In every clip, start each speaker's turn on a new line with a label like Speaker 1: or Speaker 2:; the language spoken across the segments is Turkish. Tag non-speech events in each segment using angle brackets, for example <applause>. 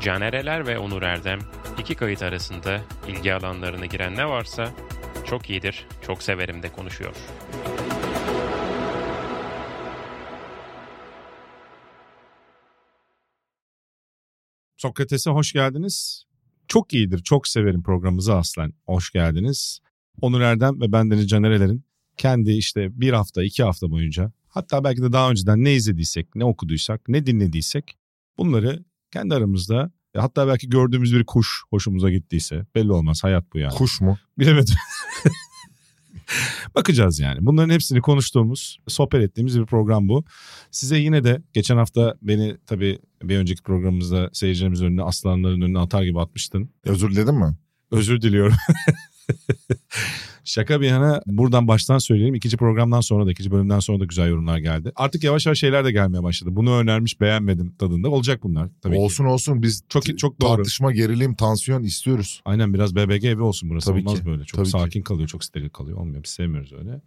Speaker 1: Caner Eler ve Onur Erdem iki kayıt arasında ilgi alanlarına giren ne varsa çok iyidir, çok severim de konuşuyor.
Speaker 2: Sokrates'e hoş geldiniz. Çok iyidir, çok severim programımıza aslen. Hoş geldiniz. Onur Erdem ve bendeniz Caner Eler'in kendi işte bir hafta, iki hafta boyunca hatta belki de daha önceden ne izlediysek, ne okuduysak, ne dinlediysek bunları kendi aramızda hatta belki gördüğümüz bir kuş hoşumuza gittiyse belli olmaz hayat bu yani.
Speaker 3: Kuş mu?
Speaker 2: Bilemedim. Bakacağız yani. Bunların hepsini konuştuğumuz, sohbet ettiğimiz bir program bu. Size yine de geçen hafta beni tabii bir önceki programımızda seyircilerimizin önüne aslanların önüne atar gibi atmıştın.
Speaker 3: Özür diledin mi?
Speaker 2: Özür diliyorum. <laughs> Şaka bir yana buradan baştan söyleyeyim. İkinci programdan sonra da ikinci bölümden sonra da güzel yorumlar geldi. Artık yavaş yavaş şeyler de gelmeye başladı. Bunu önermiş beğenmedim tadında. Olacak bunlar tabii ki.
Speaker 3: olsun olsun biz
Speaker 2: Çok, çok doğru.
Speaker 3: tartışma, gerilim, tansiyon istiyoruz.
Speaker 2: Aynen biraz BBG evi olsun burası.
Speaker 3: Tabii
Speaker 2: Olmaz
Speaker 3: ki,
Speaker 2: böyle. Çok
Speaker 3: tabii ki.
Speaker 2: sakin kalıyor, çok steril kalıyor. Olmuyor. Biz sevmiyoruz öyle.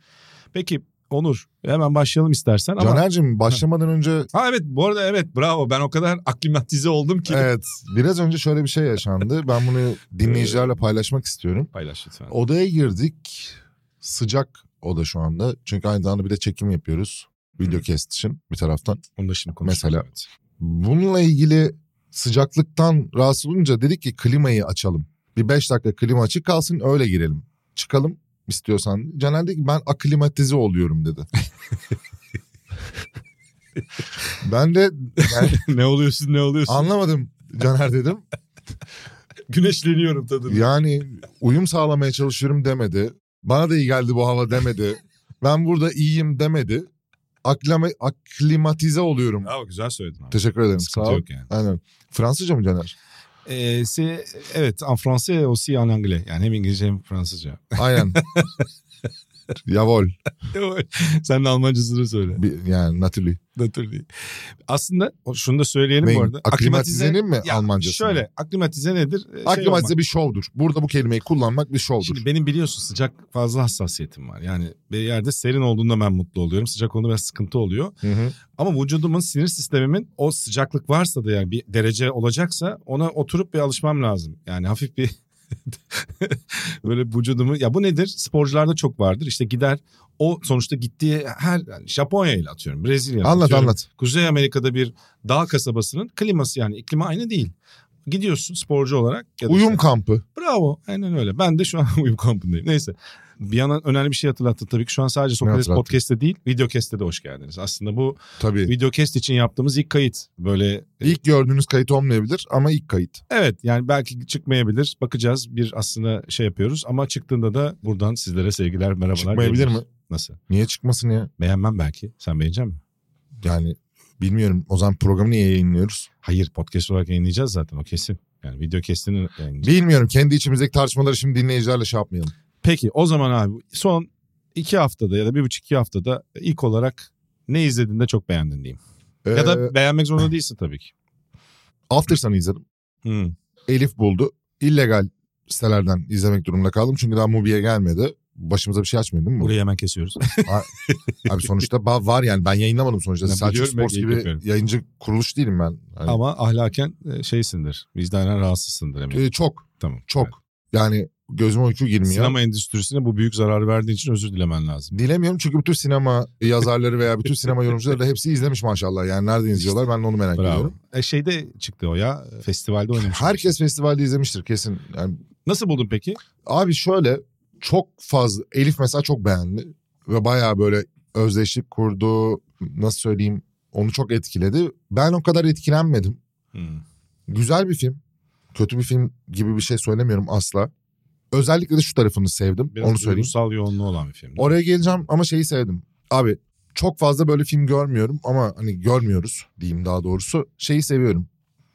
Speaker 2: Peki Onur hemen başlayalım istersen ama...
Speaker 3: Caner'cim başlamadan önce
Speaker 2: Ha evet bu arada evet bravo ben o kadar aklimatize oldum ki.
Speaker 3: evet biraz önce şöyle bir şey yaşandı.
Speaker 2: <laughs>
Speaker 3: Ben bunu dinleyicilerle paylaşmak istiyorum.
Speaker 2: Paylaş lütfen.
Speaker 3: Odaya girdik. Sıcak oda şu anda. Çünkü aynı zamanda bir de çekim yapıyoruz. Video cast için bir taraftan.
Speaker 2: Onu da şimdi konuşuruz.
Speaker 3: Mesela.
Speaker 2: evet. <laughs>
Speaker 3: Bununla ilgili sıcaklıktan rahatsız olunca dedik ki klimayı açalım. Bir 5 dakika klima açık kalsın öyle girelim. Çıkalım istiyorsan. Caner dedi ki ben aklimatize
Speaker 2: <laughs>
Speaker 3: oluyorum dedi. ben de yani
Speaker 2: ne oluyorsun ne oluyorsun?
Speaker 3: anlamadım
Speaker 2: <laughs>
Speaker 3: Caner dedim.
Speaker 2: Güneşleniyorum tadında.
Speaker 3: Yani uyum sağlamaya çalışıyorum demedi. Bana da iyi geldi bu hava demedi. Ben burada iyiyim demedi. Aklama, aklimatize oluyorum.
Speaker 2: Bravo güzel söyledin abi.
Speaker 3: Teşekkür ederim.
Speaker 2: Sıkıntı
Speaker 3: Sağ ol.
Speaker 2: yok yani.
Speaker 3: Aynen. Fransızca mı Caner?
Speaker 2: Ee, c'est- evet en français et aussi en anglais. Yani hem İngilizce hem
Speaker 3: <laughs>
Speaker 2: Fransızca.
Speaker 3: Aynen. Yavol.
Speaker 2: Sen de Almancasını söyle.
Speaker 3: Bir- Yani Nathalie.
Speaker 2: Naturally. Aslında o- şunu da söyleyelim bu
Speaker 3: Beyin-
Speaker 2: arada.
Speaker 3: Aklimatizenin mi
Speaker 2: Ya,
Speaker 3: Almancası?
Speaker 2: Şöyle aklimatize nedir? Ee, şey
Speaker 3: Aklimatize
Speaker 2: olmak.
Speaker 3: bir şovdur. Burada bu kelimeyi kullanmak bir şovdur.
Speaker 2: Şimdi benim biliyorsun sıcak fazla hassasiyetim var. Yani bir yerde serin olduğunda ben mutlu oluyorum. Sıcak olduğunda biraz sıkıntı oluyor.
Speaker 3: Hı hı.
Speaker 2: Ama vücudumun sinir sistemimin o sıcaklık varsa da yani bir derece olacaksa ona oturup bir alışmam lazım. Yani hafif bir <laughs> böyle vücudumu ya bu nedir? Sporcularda çok vardır. İşte gider o sonuçta gittiği her yani Japonya ile atıyorum Brezilya.
Speaker 3: Anlat
Speaker 2: atıyorum.
Speaker 3: anlat.
Speaker 2: Kuzey Amerika'da bir dağ kasabasının kliması yani iklimi aynı değil. Gidiyorsun sporcu olarak. ya da
Speaker 3: Uyum
Speaker 2: işte-
Speaker 3: kampı.
Speaker 2: Bravo aynen öyle. Ben de şu an <laughs> uyum kampındayım. Neyse. Bir yandan önemli bir şey hatırlattın tabii ki. Şu an sadece Sokrates
Speaker 3: hatırlattın?
Speaker 2: Podcast'te değil, Videocast'te de hoş geldiniz. Aslında bu
Speaker 3: Tabii.
Speaker 2: Videocast için yaptığımız ilk kayıt. Böyle e,
Speaker 3: İlk gördüğünüz kayıt olmayabilir ama ilk kayıt.
Speaker 2: evet yani belki çıkmayabilir. Bakacağız bir aslında şey yapıyoruz ama çıktığında da buradan sizlere sevgiler merhabalar.
Speaker 3: Çıkmayabilir mi?
Speaker 2: diyebiliriz. Nasıl?
Speaker 3: Niye çıkmasın ya?
Speaker 2: Beğenmem belki. Sen beğenecek misin?
Speaker 3: Yani bilmiyorum o zaman programı niye yayınlıyoruz?
Speaker 2: Hayır podcast olarak yayınlayacağız zaten o kesin. Yani video kestini yayınlayacağız.
Speaker 3: Bilmiyorum kendi içimizdeki tartışmaları şimdi dinleyicilerle şey yapmayalım.
Speaker 2: Peki o zaman abi son iki haftada ya da bir buçuk iki haftada ilk olarak ne izlediğinde çok beğendin diyeyim. Ya
Speaker 3: Ee,
Speaker 2: da beğenmek zorunda değilsin tabii ki.
Speaker 3: After Sun'ı izledim.
Speaker 2: Hı.
Speaker 3: Elif buldu. İllegal sitelerden izlemek durumunda kaldım. Çünkü daha Mubi'ye gelmedi. Başımıza bir şey açmıyor değil mi? bu?
Speaker 2: Burayı hemen kesiyoruz.
Speaker 3: Abi sonuçta ba- var yani ben yayınlamadım sonuçta.
Speaker 2: Ya
Speaker 3: Selçuk
Speaker 2: biliyorum ben,
Speaker 3: Sports
Speaker 2: iyi
Speaker 3: gibi
Speaker 2: yapıyorum.
Speaker 3: yayıncı kuruluş değilim ben. Hani,
Speaker 2: Ama ahlaken e, şeysindir. Vicdanen rahatsızsındır eminim.
Speaker 3: e, çok
Speaker 2: tamam.
Speaker 3: çok. Yani gözüme uyku girmiyor.
Speaker 2: Sinema endüstrisine bu büyük zarar verdiğin için özür dilemen lazım.
Speaker 3: Dilemiyorum çünkü bütün sinema yazarları veya bütün sinema yorumcuları da hepsi izlemiş maşallah. Yani nereden izliyorlar ben de onu merak
Speaker 2: Bravo.
Speaker 3: ediyorum.
Speaker 2: E şeyde çıktı o ya. e, Festivalde oynamış.
Speaker 3: Herkes festivalde izlemiştir kesin. Yani
Speaker 2: Nasıl buldun peki?
Speaker 3: Abi şöyle çok fazla Elif mesela çok beğendi ve bayağı böyle özdeşlik kurdu nasıl söyleyeyim onu çok etkiledi. Ben o kadar etkilenmedim.
Speaker 2: Hmm.
Speaker 3: Güzel bir film. Kötü bir film gibi bir şey söylemiyorum asla. Özellikle de şu tarafını sevdim.
Speaker 2: Biraz
Speaker 3: onu söyleyeyim.
Speaker 2: duygusal yoğunluğu olan bir film.
Speaker 3: Oraya geleceğim ama şeyi sevdim. Abi çok fazla böyle film görmüyorum ama hani görmüyoruz diyeyim daha doğrusu. Şeyi seviyorum.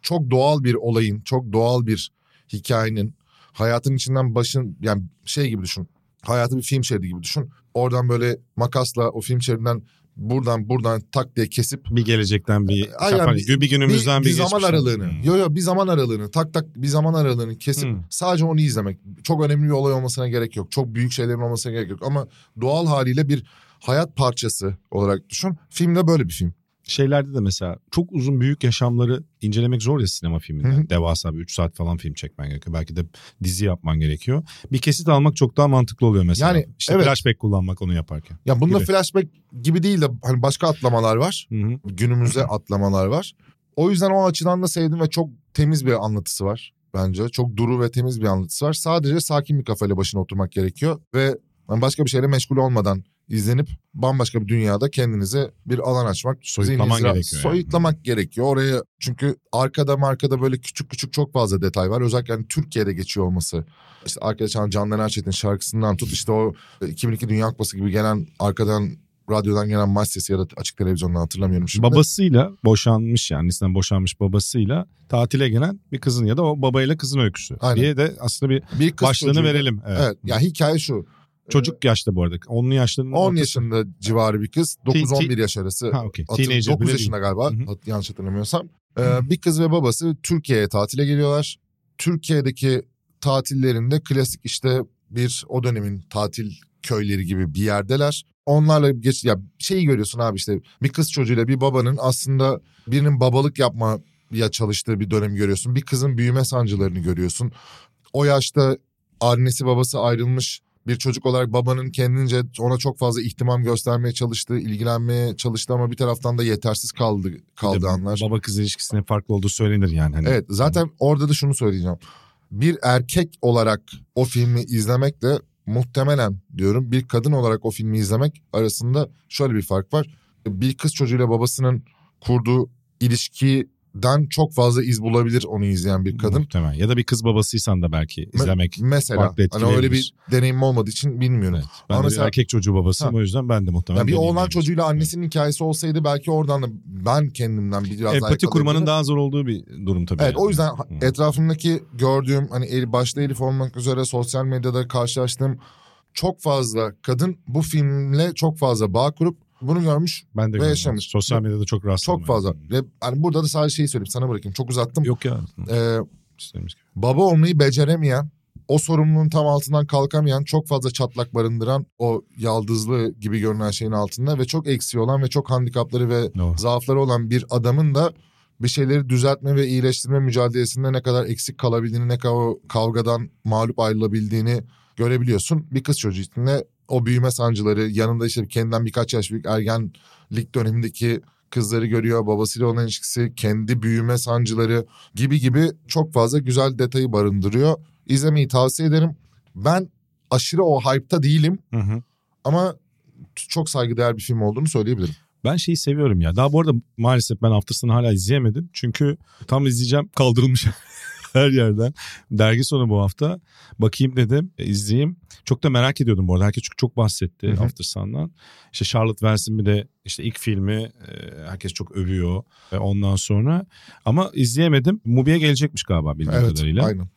Speaker 3: Çok doğal bir olayın, çok doğal bir hikayenin hayatın içinden başın yani şey gibi düşün. Hayatı bir film şeridi gibi düşün. Oradan böyle makasla o film şeridinden buradan buradan tak diye kesip
Speaker 2: bir gelecekten bir,
Speaker 3: Aynen,
Speaker 2: kapan-
Speaker 3: bir-
Speaker 2: bir günümüzden
Speaker 3: bir,
Speaker 2: bir,
Speaker 3: bir zaman
Speaker 2: geçmişten.
Speaker 3: aralığını.
Speaker 2: Hmm.
Speaker 3: Yo yo bir zaman aralığını tak tak bir zaman aralığını kesip
Speaker 2: Hmm.
Speaker 3: sadece onu izlemek. Çok önemli bir olay olmasına gerek yok. Çok büyük şeylerin olmasına gerek yok. Ama doğal haliyle bir hayat parçası olarak düşün. Film de böyle bir film.
Speaker 2: şeylerde de mesela çok uzun büyük yaşamları incelemek zor ya sinema filminde.
Speaker 3: Hı hı.
Speaker 2: Devasa bir 3 saat falan film çekmen gerekiyor. Belki de dizi yapman gerekiyor. Bir kesit almak çok daha mantıklı oluyor mesela.
Speaker 3: Yani,
Speaker 2: işte
Speaker 3: evet.
Speaker 2: flashback kullanmak onu yaparken.
Speaker 3: Ya bunda
Speaker 2: Gibi.
Speaker 3: flashback gibi değil de hani başka atlamalar var.
Speaker 2: Hı hı.
Speaker 3: Günümüze atlamalar var. O yüzden o açıdan da sevdim ve çok temiz bir anlatısı var bence. Çok duru ve temiz bir anlatısı var. Sadece sakin bir kafayla başına oturmak gerekiyor ve hani başka bir şeyle meşgul olmadan izlenip bambaşka bir dünyada kendinize bir alan açmak.
Speaker 2: Soyutlaman
Speaker 3: zihninizi-
Speaker 2: gerekiyor yani.
Speaker 3: Soyutlamak gerekiyor. Oraya çünkü arkada markada böyle küçük küçük çok fazla detay var. Özellikle hani Türkiye'de geçiyor olması. İşte arkada çalan Candan Erçetin şarkısından tut işte o 2002 Dünya Kupası gibi gelen arkadan radyodan gelen maç sesi ya da açık televizyondan hatırlamıyorum şimdi.
Speaker 2: Babasıyla boşanmış yani annesinden boşanmış babasıyla tatile gelen bir kızın ya da o babayla kızın öyküsü
Speaker 3: Aynen.
Speaker 2: diye de aslında bir
Speaker 3: bir kız
Speaker 2: başlığını
Speaker 3: çocuğuyla-
Speaker 2: verelim. Evet.
Speaker 3: Evet. Ya hikaye şu.
Speaker 2: Çocuk yaşta bu arada. 10'lu yaşlarının
Speaker 3: 10
Speaker 2: ortası.
Speaker 3: yaşında civarı bir kız. 9-11 yaş arası.
Speaker 2: Ha okey.
Speaker 3: Atı-
Speaker 2: Teenager
Speaker 3: 9
Speaker 2: bile
Speaker 3: yaşında galiba
Speaker 2: Hı hı.
Speaker 3: hat- yanlış hatırlamıyorsam. Ee, bir kız ve babası Türkiye'ye tatile geliyorlar. Türkiye'deki tatillerinde klasik işte bir o dönemin tatil köyleri gibi bir yerdeler. Onlarla geç ya şeyi görüyorsun abi işte bir kız çocuğuyla bir babanın aslında birinin babalık yapma ya çalıştığı bir dönem görüyorsun. Bir kızın büyüme sancılarını görüyorsun. O yaşta annesi babası ayrılmış bir çocuk olarak babanın kendince ona çok fazla ihtimam göstermeye çalıştığı, ilgilenmeye çalıştı ama bir taraftan da yetersiz kaldı
Speaker 2: Bir de
Speaker 3: kaldı anlar.
Speaker 2: Baba kız ilişkisinin farklı olduğu söylenir yani. Hani
Speaker 3: Evet zaten orada da şunu söyleyeceğim. Bir erkek olarak o filmi izlemekle muhtemelen diyorum bir kadın olarak o filmi izlemek arasında şöyle bir fark var. Bir kız çocuğuyla babasının kurduğu ilişkiden çok fazla iz bulabilir onu izleyen bir kadın.
Speaker 2: Muhtemelen. Ya da bir kız babasıysan da belki izlemek.
Speaker 3: Mesela
Speaker 2: farklı
Speaker 3: hani öyle bir
Speaker 2: etkileyebilir.
Speaker 3: deneyimim olmadığı için bilmiyorum.
Speaker 2: Evet. Ben
Speaker 3: Ama
Speaker 2: de bir
Speaker 3: mesela-
Speaker 2: erkek çocuğu babasıyım
Speaker 3: Ha.
Speaker 2: o yüzden ben de muhtemelen.
Speaker 3: Ya bir oğlan
Speaker 2: deneyimleyeyim.
Speaker 3: çocuğuyla annesinin hikayesi olsaydı belki oradan da ben kendimden biraz daha
Speaker 2: Empati E, kurmanın
Speaker 3: yakalayabilirim.
Speaker 2: daha zor olduğu bir durum tabii.
Speaker 3: Evet
Speaker 2: yani.
Speaker 3: o yüzden
Speaker 2: Hı.
Speaker 3: etrafımdaki gördüğüm hani el, başta Elif olmak üzere sosyal medyada karşılaştığım çok fazla kadın bu filmle çok fazla bağ kurup bunu görmüş
Speaker 2: ben de
Speaker 3: ve
Speaker 2: gördüm.
Speaker 3: yaşamış.
Speaker 2: Sosyal medyada çok rastladım.
Speaker 3: çok fazla. Ve hani burada da sadece şeyi söyleyeyim sana bırakayım çok uzattım.
Speaker 2: Yok ya.
Speaker 3: Ee,
Speaker 2: İstediğimiz gibi.
Speaker 3: baba olmayı beceremeyen, o sorumluluğun tam altından kalkamayan, çok fazla çatlak barındıran o yaldızlı gibi görünen şeyin altında ve çok eksiği olan ve çok handikapları ve
Speaker 2: Doğru.
Speaker 3: zaafları olan bir adamın da bir şeyleri düzeltme ve iyileştirme mücadelesinde ne kadar eksik kalabildiğini, ne kadar o kavgadan mağlup ayrılabildiğini görebiliyorsun. Bir kız çocuğu için de o büyüme sancıları, yanında işte kendinden birkaç yaş büyük ergenlik dönemindeki kızları görüyor, babasıyla olan ilişkisi, kendi büyüme sancıları gibi gibi çok fazla güzel detayı barındırıyor. İzlemeyi tavsiye ederim. Ben aşırı o hype'ta değilim
Speaker 2: Hı hı.
Speaker 3: ama t- çok saygıdeğer bir film olduğunu söyleyebilirim.
Speaker 2: Ben şeyi seviyorum ya. Daha bu arada maalesef ben haftasını hala izleyemedim. Çünkü tam izleyeceğim kaldırılmış <laughs> her yerden. Dergi sonu bu hafta. Bakayım dedim, e, izleyeyim. Çok da merak ediyordum bu arada. Herkes çünkü çok bahsetti
Speaker 3: Hı hı.
Speaker 2: After Sun'dan. İşte Charlotte Wells bir de işte ilk filmi e, herkes çok övüyor. E, ondan sonra ama izleyemedim. Mubi'ye gelecekmiş galiba bildiğim
Speaker 3: Evet,
Speaker 2: kadarıyla.
Speaker 3: aynen.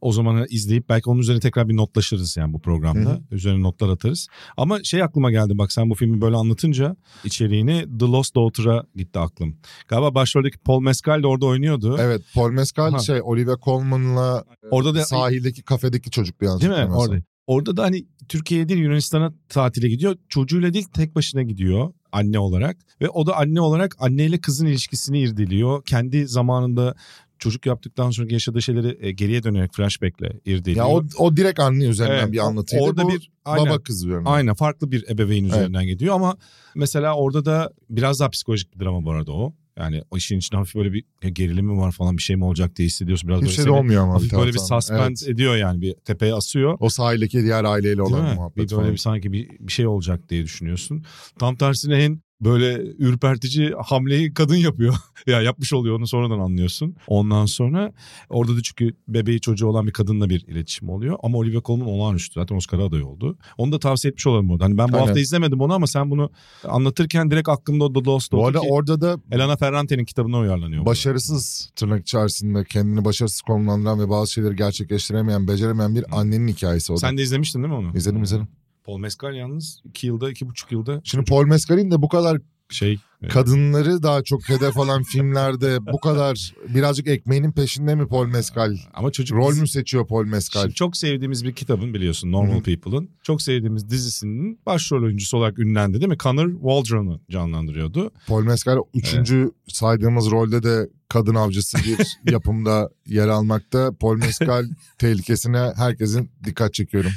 Speaker 2: O zaman izleyip belki onun üzerine tekrar bir notlaşırız yani bu programda.
Speaker 3: Hı hı.
Speaker 2: Üzerine notlar atarız. Ama şey aklıma geldi bak sen bu filmi böyle anlatınca içeriğini The Lost Daughter'a gitti aklım. Galiba başroldeki Paul Mescal de orada oynuyordu.
Speaker 3: Evet Paul Mescal
Speaker 2: Aha.
Speaker 3: şey Olivia Colman'la
Speaker 2: Orada da hani,
Speaker 3: sahildeki kafedeki çocuk bir yanlış
Speaker 2: değil mi?
Speaker 3: hatırlamıyorsam.
Speaker 2: Orada. Orada da hani Türkiye'ye değil Yunanistan'a tatile gidiyor. Çocuğuyla değil tek başına gidiyor anne olarak ve o da anne olarak anneyle kızın ilişkisini irdeliyor. Kendi zamanında çocuk yaptıktan sonra yaşadığı şeyleri e, geriye dönerek flashback'le irdeliyor.
Speaker 3: Ya o, o direkt anne üzerinden
Speaker 2: Evet,
Speaker 3: bir
Speaker 2: o-
Speaker 3: anlatıydı.
Speaker 2: Orada
Speaker 3: Bu
Speaker 2: bir aynen.
Speaker 3: baba kız üzerinden.
Speaker 2: Aynen farklı bir ebeveyn
Speaker 3: Evet.
Speaker 2: üzerinden gidiyor ama mesela orada da biraz daha psikolojik bir drama bu arada o. Yani o işin içinde hafif böyle bir gerilimi var falan bir şey mi olacak diye hissediyorsun. Biraz
Speaker 3: Bir
Speaker 2: böyle
Speaker 3: şey de
Speaker 2: seni
Speaker 3: olmuyor ama.
Speaker 2: hafif böyle bir
Speaker 3: taraftan.
Speaker 2: suspend
Speaker 3: Evet.
Speaker 2: ediyor yani bir tepeye asıyor.
Speaker 3: O sahildeki diğer aileyle
Speaker 2: Değil
Speaker 3: olan
Speaker 2: mi?
Speaker 3: muhabbet
Speaker 2: Bir böyle
Speaker 3: falan.
Speaker 2: bir sanki bir, bir şey olacak diye düşünüyorsun. Tam tersine en böyle ürpertici hamleyi kadın yapıyor. <laughs> ya yapmış oluyor onu sonradan anlıyorsun. Ondan sonra orada da çünkü bebeği çocuğu olan bir kadınla bir iletişim oluyor. Ama Olivia Colman olağanüstü zaten Oscar adayı oldu. Onu da tavsiye etmiş olalım orada. Hani ben bu
Speaker 3: Aynen.
Speaker 2: hafta izlemedim onu ama sen bunu anlatırken direkt aklımda o The Lost
Speaker 3: Bu
Speaker 2: oldu
Speaker 3: arada
Speaker 2: ki
Speaker 3: orada da
Speaker 2: Elena Ferrante'nin kitabına uyarlanıyor. bu da.
Speaker 3: başarısız tırnak içerisinde kendini başarısız konumlandıran ve bazı şeyleri gerçekleştiremeyen, beceremeyen bir annenin hikayesi o da.
Speaker 2: Sen de izlemiştin değil mi onu?
Speaker 3: İzledim izledim.
Speaker 2: Paul Mescal yalnız 2 yılda, iki buçuk yılda
Speaker 3: Şimdi Paul Mescal'in de bu kadar
Speaker 2: şey
Speaker 3: Kadınları daha çok hedef alan <laughs> filmlerde bu kadar birazcık ekmeğinin peşinde mi Paul Mescal?
Speaker 2: ama çocuk
Speaker 3: Rol mü seçiyor Paul Mescal?
Speaker 2: Şimdi çok sevdiğimiz bir kitabın biliyorsun Normal
Speaker 3: Hı hı.
Speaker 2: People'ın. Çok sevdiğimiz dizisinin başrol oyuncusu olarak ünlendi değil mi? Connor Waldron'u canlandırıyordu.
Speaker 3: Paul Mescal üçüncü saydığımız rolde de kadın avcısı
Speaker 2: <laughs>
Speaker 3: bir yapımda yer almakta. Paul Mescal tehlikesine herkesin dikkat çekiyorum.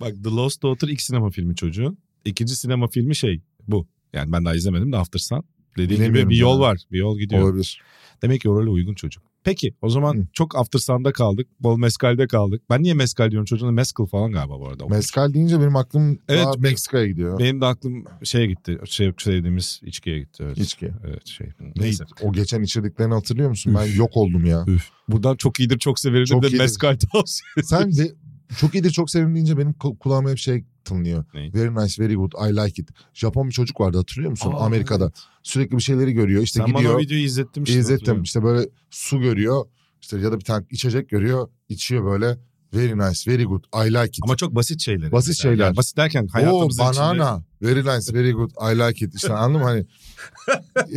Speaker 2: Bak The Lost Daughter ilk sinema filmi çocuğun. İkinci sinema filmi şey bu. Yani ben daha izlemedim de After Sun. Dediğim gibi
Speaker 3: Bilemiyorum
Speaker 2: bir yol
Speaker 3: ya.
Speaker 2: var. Bir yol gidiyor.
Speaker 3: Olabilir.
Speaker 2: Demek ki o role uygun çocuk. Peki o zaman
Speaker 3: Hı.
Speaker 2: çok After Sun'da kaldık. Bol Mescal'de kaldık. Ben niye Mescal diyorum çocuğuna? Mescal falan galiba bu arada.
Speaker 3: Mescal deyince benim aklım
Speaker 2: Evet.
Speaker 3: daha Meksika'ya gidiyor.
Speaker 2: Benim de aklım şeye gitti. Şey, sevdiğimiz içkiye gitti. Evet.
Speaker 3: İçki.
Speaker 2: Evet şey.
Speaker 3: Neyse.
Speaker 2: Neyse.
Speaker 3: O geçen içirdiklerini hatırlıyor musun? Ben yok
Speaker 2: <laughs>
Speaker 3: oldum ya.
Speaker 2: Buradan çok iyidir çok severim
Speaker 3: Çok
Speaker 2: de
Speaker 3: iyidir.
Speaker 2: mezcal <laughs> tavsiye.
Speaker 3: Sen de çok iyidir çok sevimli deyince benim ku- kulağıma hep şey tınlıyor.
Speaker 2: Ne?
Speaker 3: Very nice, very good, I like it. Japon bir çocuk vardı hatırlıyor musun?
Speaker 2: Aa,
Speaker 3: Amerika'da. Sürekli bir şeyleri görüyor. İşte
Speaker 2: Sen bana o
Speaker 3: gidiyor,
Speaker 2: videoyu izlettin işte.
Speaker 3: izlettim. İşte böyle su görüyor. İşte ya da bir tane içecek görüyor. içiyor böyle. Very nice, very good, I like it.
Speaker 2: Ama çok basit şeyler.
Speaker 3: Basit
Speaker 2: Mesela.
Speaker 3: şeyler.
Speaker 2: Yani basit derken
Speaker 3: O
Speaker 2: hayatımızın <laughs> içinde.
Speaker 3: banana. Very nice, very good, I like it. İşte anladın mı? Hani,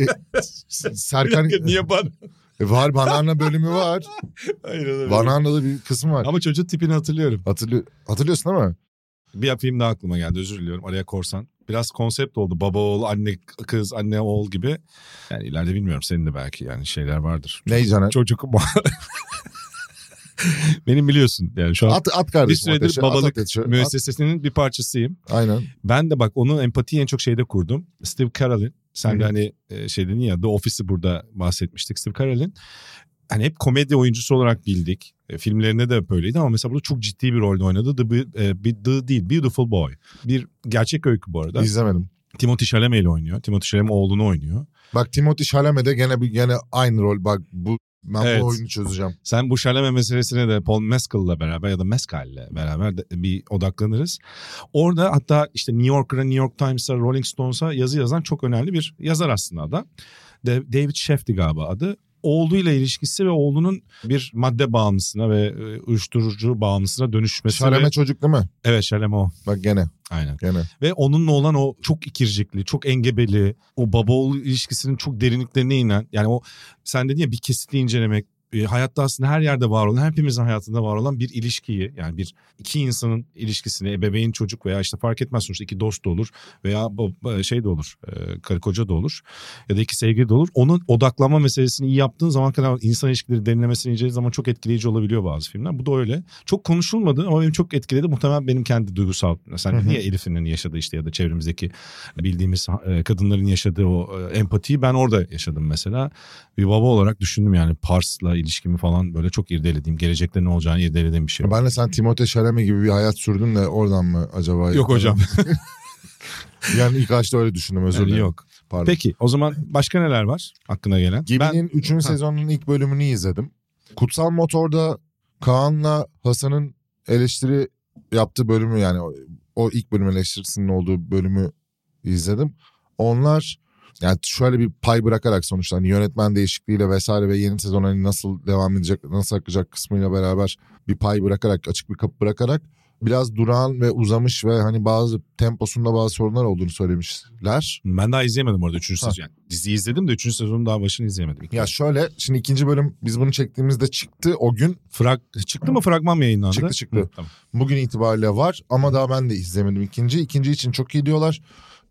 Speaker 2: <laughs>
Speaker 3: E, Serkan...
Speaker 2: Niye bana?
Speaker 3: E, var banana bölümü
Speaker 2: <laughs>
Speaker 3: var.
Speaker 2: Hayır olabilir.
Speaker 3: Bananalı bir kısmı var.
Speaker 2: Ama çocuğun tipini hatırlıyorum.
Speaker 3: Hatırlıyor, hatırlıyorsun değil mi?
Speaker 2: Bir yapayım daha aklıma geldi özür diliyorum. Araya korsan. Biraz konsept oldu. Baba oğul, anne kız, anne oğul gibi. Yani ileride bilmiyorum senin de belki yani şeyler vardır.
Speaker 3: Ney Caner?
Speaker 2: Çocuk <laughs> Benim biliyorsun yani şu an
Speaker 3: At, at kardeşim
Speaker 2: Bir süredir
Speaker 3: ateşe, at
Speaker 2: babalık
Speaker 3: ateşe, at.
Speaker 2: müessesesinin bir parçasıyım.
Speaker 3: Aynen.
Speaker 2: Ben de bak onun empatiyi en çok şeyde kurdum. Steve Carell'in. Sen de
Speaker 3: Hı.
Speaker 2: hani e, şey dedin ya The Office'i burada bahsetmiştik. Steve Carell'in hani hep komedi oyuncusu olarak bildik. E, filmlerinde de hep böyleydi ama mesela burada çok ciddi bir rolde oynadı. The, Be- e, Be- The değil Beautiful Boy. Bir gerçek öykü bu arada.
Speaker 3: İzlemedim.
Speaker 2: Timothy Chalamet ile oynuyor. Timothy Chalamet oğlunu oynuyor.
Speaker 3: Bak Timothy Chalamet de gene bir gene aynı rol. Bak bu ben
Speaker 2: Evet.
Speaker 3: bu oyunu çözeceğim.
Speaker 2: Sen bu Chalamet meselesine de Paul Mescal'la beraber ya da Mescal'le beraber de bir odaklanırız. Orada hatta işte New Yorker'a, New York Times'a, Rolling Stones'a yazı yazan çok önemli bir yazar aslında adam. De- David Shefty galiba adı. Oğluyla ilişkisi ve oğlunun bir madde bağımlısına ve e, uyuşturucu bağımlısına dönüşmesi.
Speaker 3: Chalamet
Speaker 2: ve-
Speaker 3: çocuk değil mi?
Speaker 2: Evet Chalamet o.
Speaker 3: Bak gene
Speaker 2: Aynen.
Speaker 3: gene.
Speaker 2: Ve onunla olan o çok ikircikli, çok engebeli, o baba oğul ilişkisinin çok derinliklerine inen. Yani o sen dedin ya bir kesiti incelemek, e, hayatta aslında her yerde var olan, hepimizin hayatında var olan bir ilişkiyi yani bir iki insanın ilişkisini ebeveyn çocuk veya işte fark etmez sonuçta iki dost da olur veya bab- şey de olur e, karı koca da olur ya da iki sevgili de olur. Onun odaklanma meselesini iyi yaptığın zaman kadar insan ilişkileri derinlemesini incelediğin zaman çok etkileyici olabiliyor bazı filmler. Bu da öyle. Çok konuşulmadı ama benim çok etkiledi. Muhtemelen benim kendi duygusal sen
Speaker 3: Hı hı.
Speaker 2: niye Elif'in hani yaşadığı işte ya da çevremizdeki bildiğimiz e, kadınların yaşadığı o e, empatiyi ben orada yaşadım mesela. Bir baba olarak düşündüm yani Pars'la ilişkimi falan böyle çok irdelediğim, gelecekte ne olacağını irdelediğim bir şey.
Speaker 3: Ben de sen Timothée Chalamet gibi bir hayat sürdün de oradan mı acaba?
Speaker 2: Yok hocam.
Speaker 3: <laughs> Yani ilk başta öyle düşündüm özür
Speaker 2: Yani
Speaker 3: dilerim.
Speaker 2: yok.
Speaker 3: Pardon.
Speaker 2: Peki o zaman başka neler var aklına gelen?
Speaker 3: Gemi'nin 3.
Speaker 2: Ha.
Speaker 3: sezonunun ilk bölümünü izledim. Kutsal Motor'da Kaan'la Hasan'ın eleştiri yaptığı bölümü yani o- o ilk bölüm eleştirisinin olduğu bölümü izledim. Onlar yani şöyle bir pay bırakarak sonuçta hani yönetmen değişikliğiyle vesaire ve yeni sezon hani nasıl devam edecek, nasıl akacak kısmıyla beraber bir pay bırakarak, açık bir kapı bırakarak biraz durağan ve uzamış ve hani bazı temposunda bazı sorunlar olduğunu söylemişler.
Speaker 2: Ben, ben daha izleyemedim orada 3.
Speaker 3: Ha.
Speaker 2: sezon. Yani diziyi izledim de 3. sezonun daha başını izleyemedim. İlk
Speaker 3: Ya şöyle şimdi ikinci bölüm biz bunu çektiğimizde çıktı o gün
Speaker 2: Frag çıktı mı fragman mı yayınlandı?
Speaker 3: Çıktı, çıktı.
Speaker 2: Hı, tamam.
Speaker 3: Bugün itibariyle var ama daha ben de izlemedim ikinci. İkinci için çok iyi diyorlar.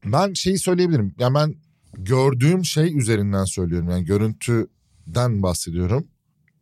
Speaker 3: Ben şeyi söyleyebilirim. Yani ben gördüğüm şey üzerinden söylüyorum. Yani görüntüden bahsediyorum.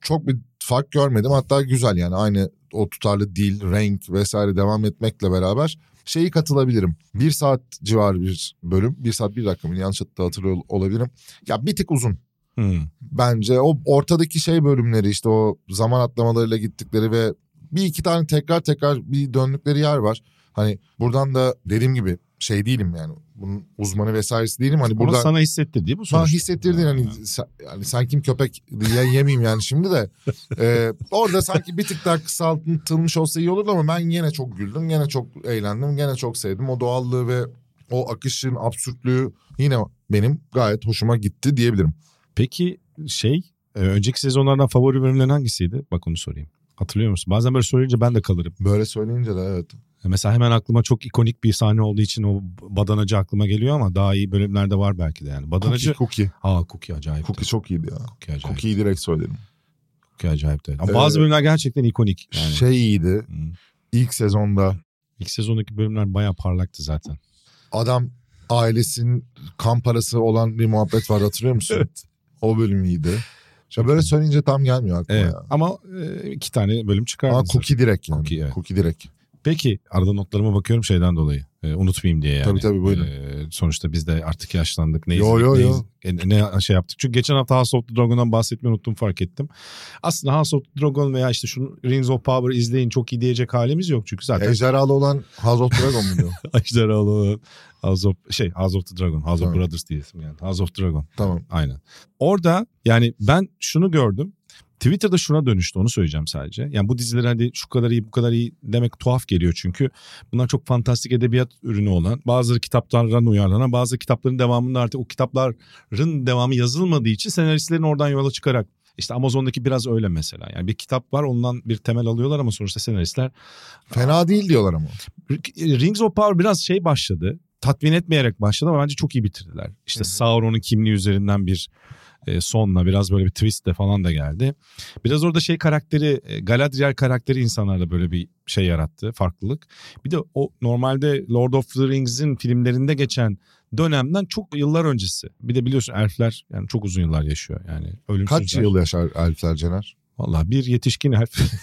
Speaker 3: Çok bir fark görmedim. Hatta güzel yani aynı o tutarlı dil, renk vesaire devam etmekle beraber şeyi katılabilirim. Bir saat civarı bir bölüm. Bir saat bir dakika mı yanlış da hatırlıyor olabilirim. Ya bir tık uzun
Speaker 2: Hı.
Speaker 3: bence. O ortadaki şey bölümleri işte o zaman atlamalarıyla gittikleri ve bir iki tane tekrar tekrar bir döndükleri yer var. Hani buradan da dediğim gibi şey değilim yani bunun uzmanı vesairesi değilim. Hani
Speaker 2: Ama
Speaker 3: buradan
Speaker 2: sana hissettirdi bu
Speaker 3: bana
Speaker 2: sonuçta.
Speaker 3: hissettirdin hani sen, yani sen kim köpek diye yemeyeyim yani
Speaker 2: <laughs>
Speaker 3: şimdi de. Ee, orada sanki bir tık daha kısaltılmış olsa iyi olurdu ama ben yine çok güldüm. Yine çok eğlendim. Yine çok sevdim. O doğallığı ve o akışın absürtlüğü yine benim gayet hoşuma gitti diyebilirim.
Speaker 2: Peki şey e, önceki sezonlardan favori bölümlerin hangisiydi? Bak onu sorayım. Hatırlıyor musun? Bazen böyle söyleyince ben de kalırım.
Speaker 3: Böyle söyleyince de evet.
Speaker 2: Mesela hemen aklıma çok ikonik bir sahne olduğu için o badanacı aklıma geliyor ama daha iyi bölümlerde var belki de yani. Badanacı.
Speaker 3: Cookie, Cookie.
Speaker 2: Aa Cookie acayip.
Speaker 3: Cookie çok iyiydi ya.
Speaker 2: Cookie acayip. Cookie,
Speaker 3: Cookie'yi direkt söyledim.
Speaker 2: acayip de. Ama
Speaker 3: Ee,
Speaker 2: bazı bölümler gerçekten ikonik. Yani.
Speaker 3: Şey iyiydi.
Speaker 2: Hı.
Speaker 3: İlk sezonda
Speaker 2: İlk sezondaki bölümler bayağı parlaktı zaten.
Speaker 3: adam ailesinin kan parası olan bir muhabbet var
Speaker 2: <laughs>
Speaker 3: hatırlıyor musun? O bölüm iyiydi. Ya böyle söyleyince tam gelmiyor aklıma
Speaker 2: Evet.
Speaker 3: ya.
Speaker 2: Ama e, iki tane bölüm çıkardı.
Speaker 3: Ama
Speaker 2: zaten.
Speaker 3: Cookie direkt yani.
Speaker 2: Cookie,
Speaker 3: Cookie,
Speaker 2: evet.
Speaker 3: direkt.
Speaker 2: Peki arada notlarıma bakıyorum şeyden dolayı. E, unutmayayım diye yani.
Speaker 3: Tabii tabii, buyurun.
Speaker 2: E, sonuçta biz de artık yaşlandık. Ne
Speaker 3: Yo,
Speaker 2: izledik,
Speaker 3: yo,
Speaker 2: ne,
Speaker 3: yo.
Speaker 2: iz- e, ne şey yaptık. Çünkü geçen hafta House of the Dragon'dan bahsetmeyi unuttum fark ettim. Aslında House of the Dragon veya işte şunu Rings of Power izleyin çok iyi diyecek halimiz yok. Çünkü zaten
Speaker 3: Ejderhalı olan House of Dragon muydu?
Speaker 2: <laughs> Ejderhalı House of, şey, House of the Dragon. House of
Speaker 3: Tamam.
Speaker 2: Brothers diyesim yani. House of Dragon.
Speaker 3: tamam.
Speaker 2: Aynen. Orada yani ben şunu gördüm. Twitter'da şuna dönüştü onu söyleyeceğim sadece. Yani bu diziler hadi şu kadar iyi bu kadar iyi demek tuhaf geliyor çünkü. Bunlar çok fantastik edebiyat ürünü olan bazıları kitaplardan uyarlanan bazı kitapların devamında artık o kitapların devamı yazılmadığı için senaristlerin oradan yola çıkarak. işte Amazon'daki biraz öyle mesela. Yani bir kitap var ondan bir temel alıyorlar ama sonuçta senaristler
Speaker 3: Fena değil diyorlar ama.
Speaker 2: Rings of Power biraz şey başladı. Tatmin etmeyerek başladı ama bence çok iyi bitirdiler. İşte
Speaker 3: Hı hı.
Speaker 2: Sauron'un kimliği üzerinden bir e, sonla biraz böyle bir twist de falan da geldi. Biraz orada şey karakteri e, Galadriel karakteri insanlarda böyle bir şey yarattı farklılık. Bir de o normalde Lord of the Rings'in filmlerinde geçen dönemden çok yıllar öncesi. Bir de biliyorsun elfler yani çok uzun yıllar yaşıyor yani ölümsüzler.
Speaker 3: Kaç yıl yaşar Elfler Cener?
Speaker 2: Valla bir yetişkin elf. <laughs>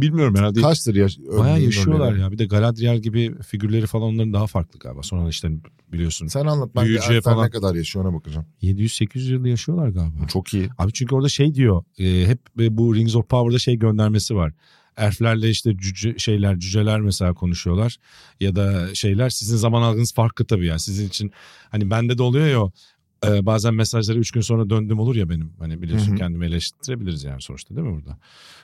Speaker 2: Bilmiyorum herhalde
Speaker 3: Kaçtır yaş
Speaker 2: Bayağı
Speaker 3: ömrünün
Speaker 2: yaşıyorlar
Speaker 3: ömrü?
Speaker 2: ya. Bir de Galadriel gibi figürleri falan onların daha farklı galiba. Sonra işte biliyorsun
Speaker 3: Sen anlat ben de
Speaker 2: Büyücüye
Speaker 3: Elfler
Speaker 2: falan.
Speaker 3: ne kadar yaşıyor ona bakacağım.
Speaker 2: 700-800 yıl yaşıyorlar galiba.
Speaker 3: Çok iyi.
Speaker 2: Abi çünkü orada şey diyor. e, hep e, bu Rings of Power'da şey göndermesi var. Elflerle işte cüce, şeyler cüceler mesela konuşuyorlar ya da şeyler sizin zaman algınız farklı tabii yani sizin için hani bende de oluyor ya o, e, bazen mesajları 3 gün sonra döndüm olur ya benim hani biliyorsun
Speaker 3: Hı hı.
Speaker 2: kendimi eleştirebiliriz yani sonuçta değil mi burada?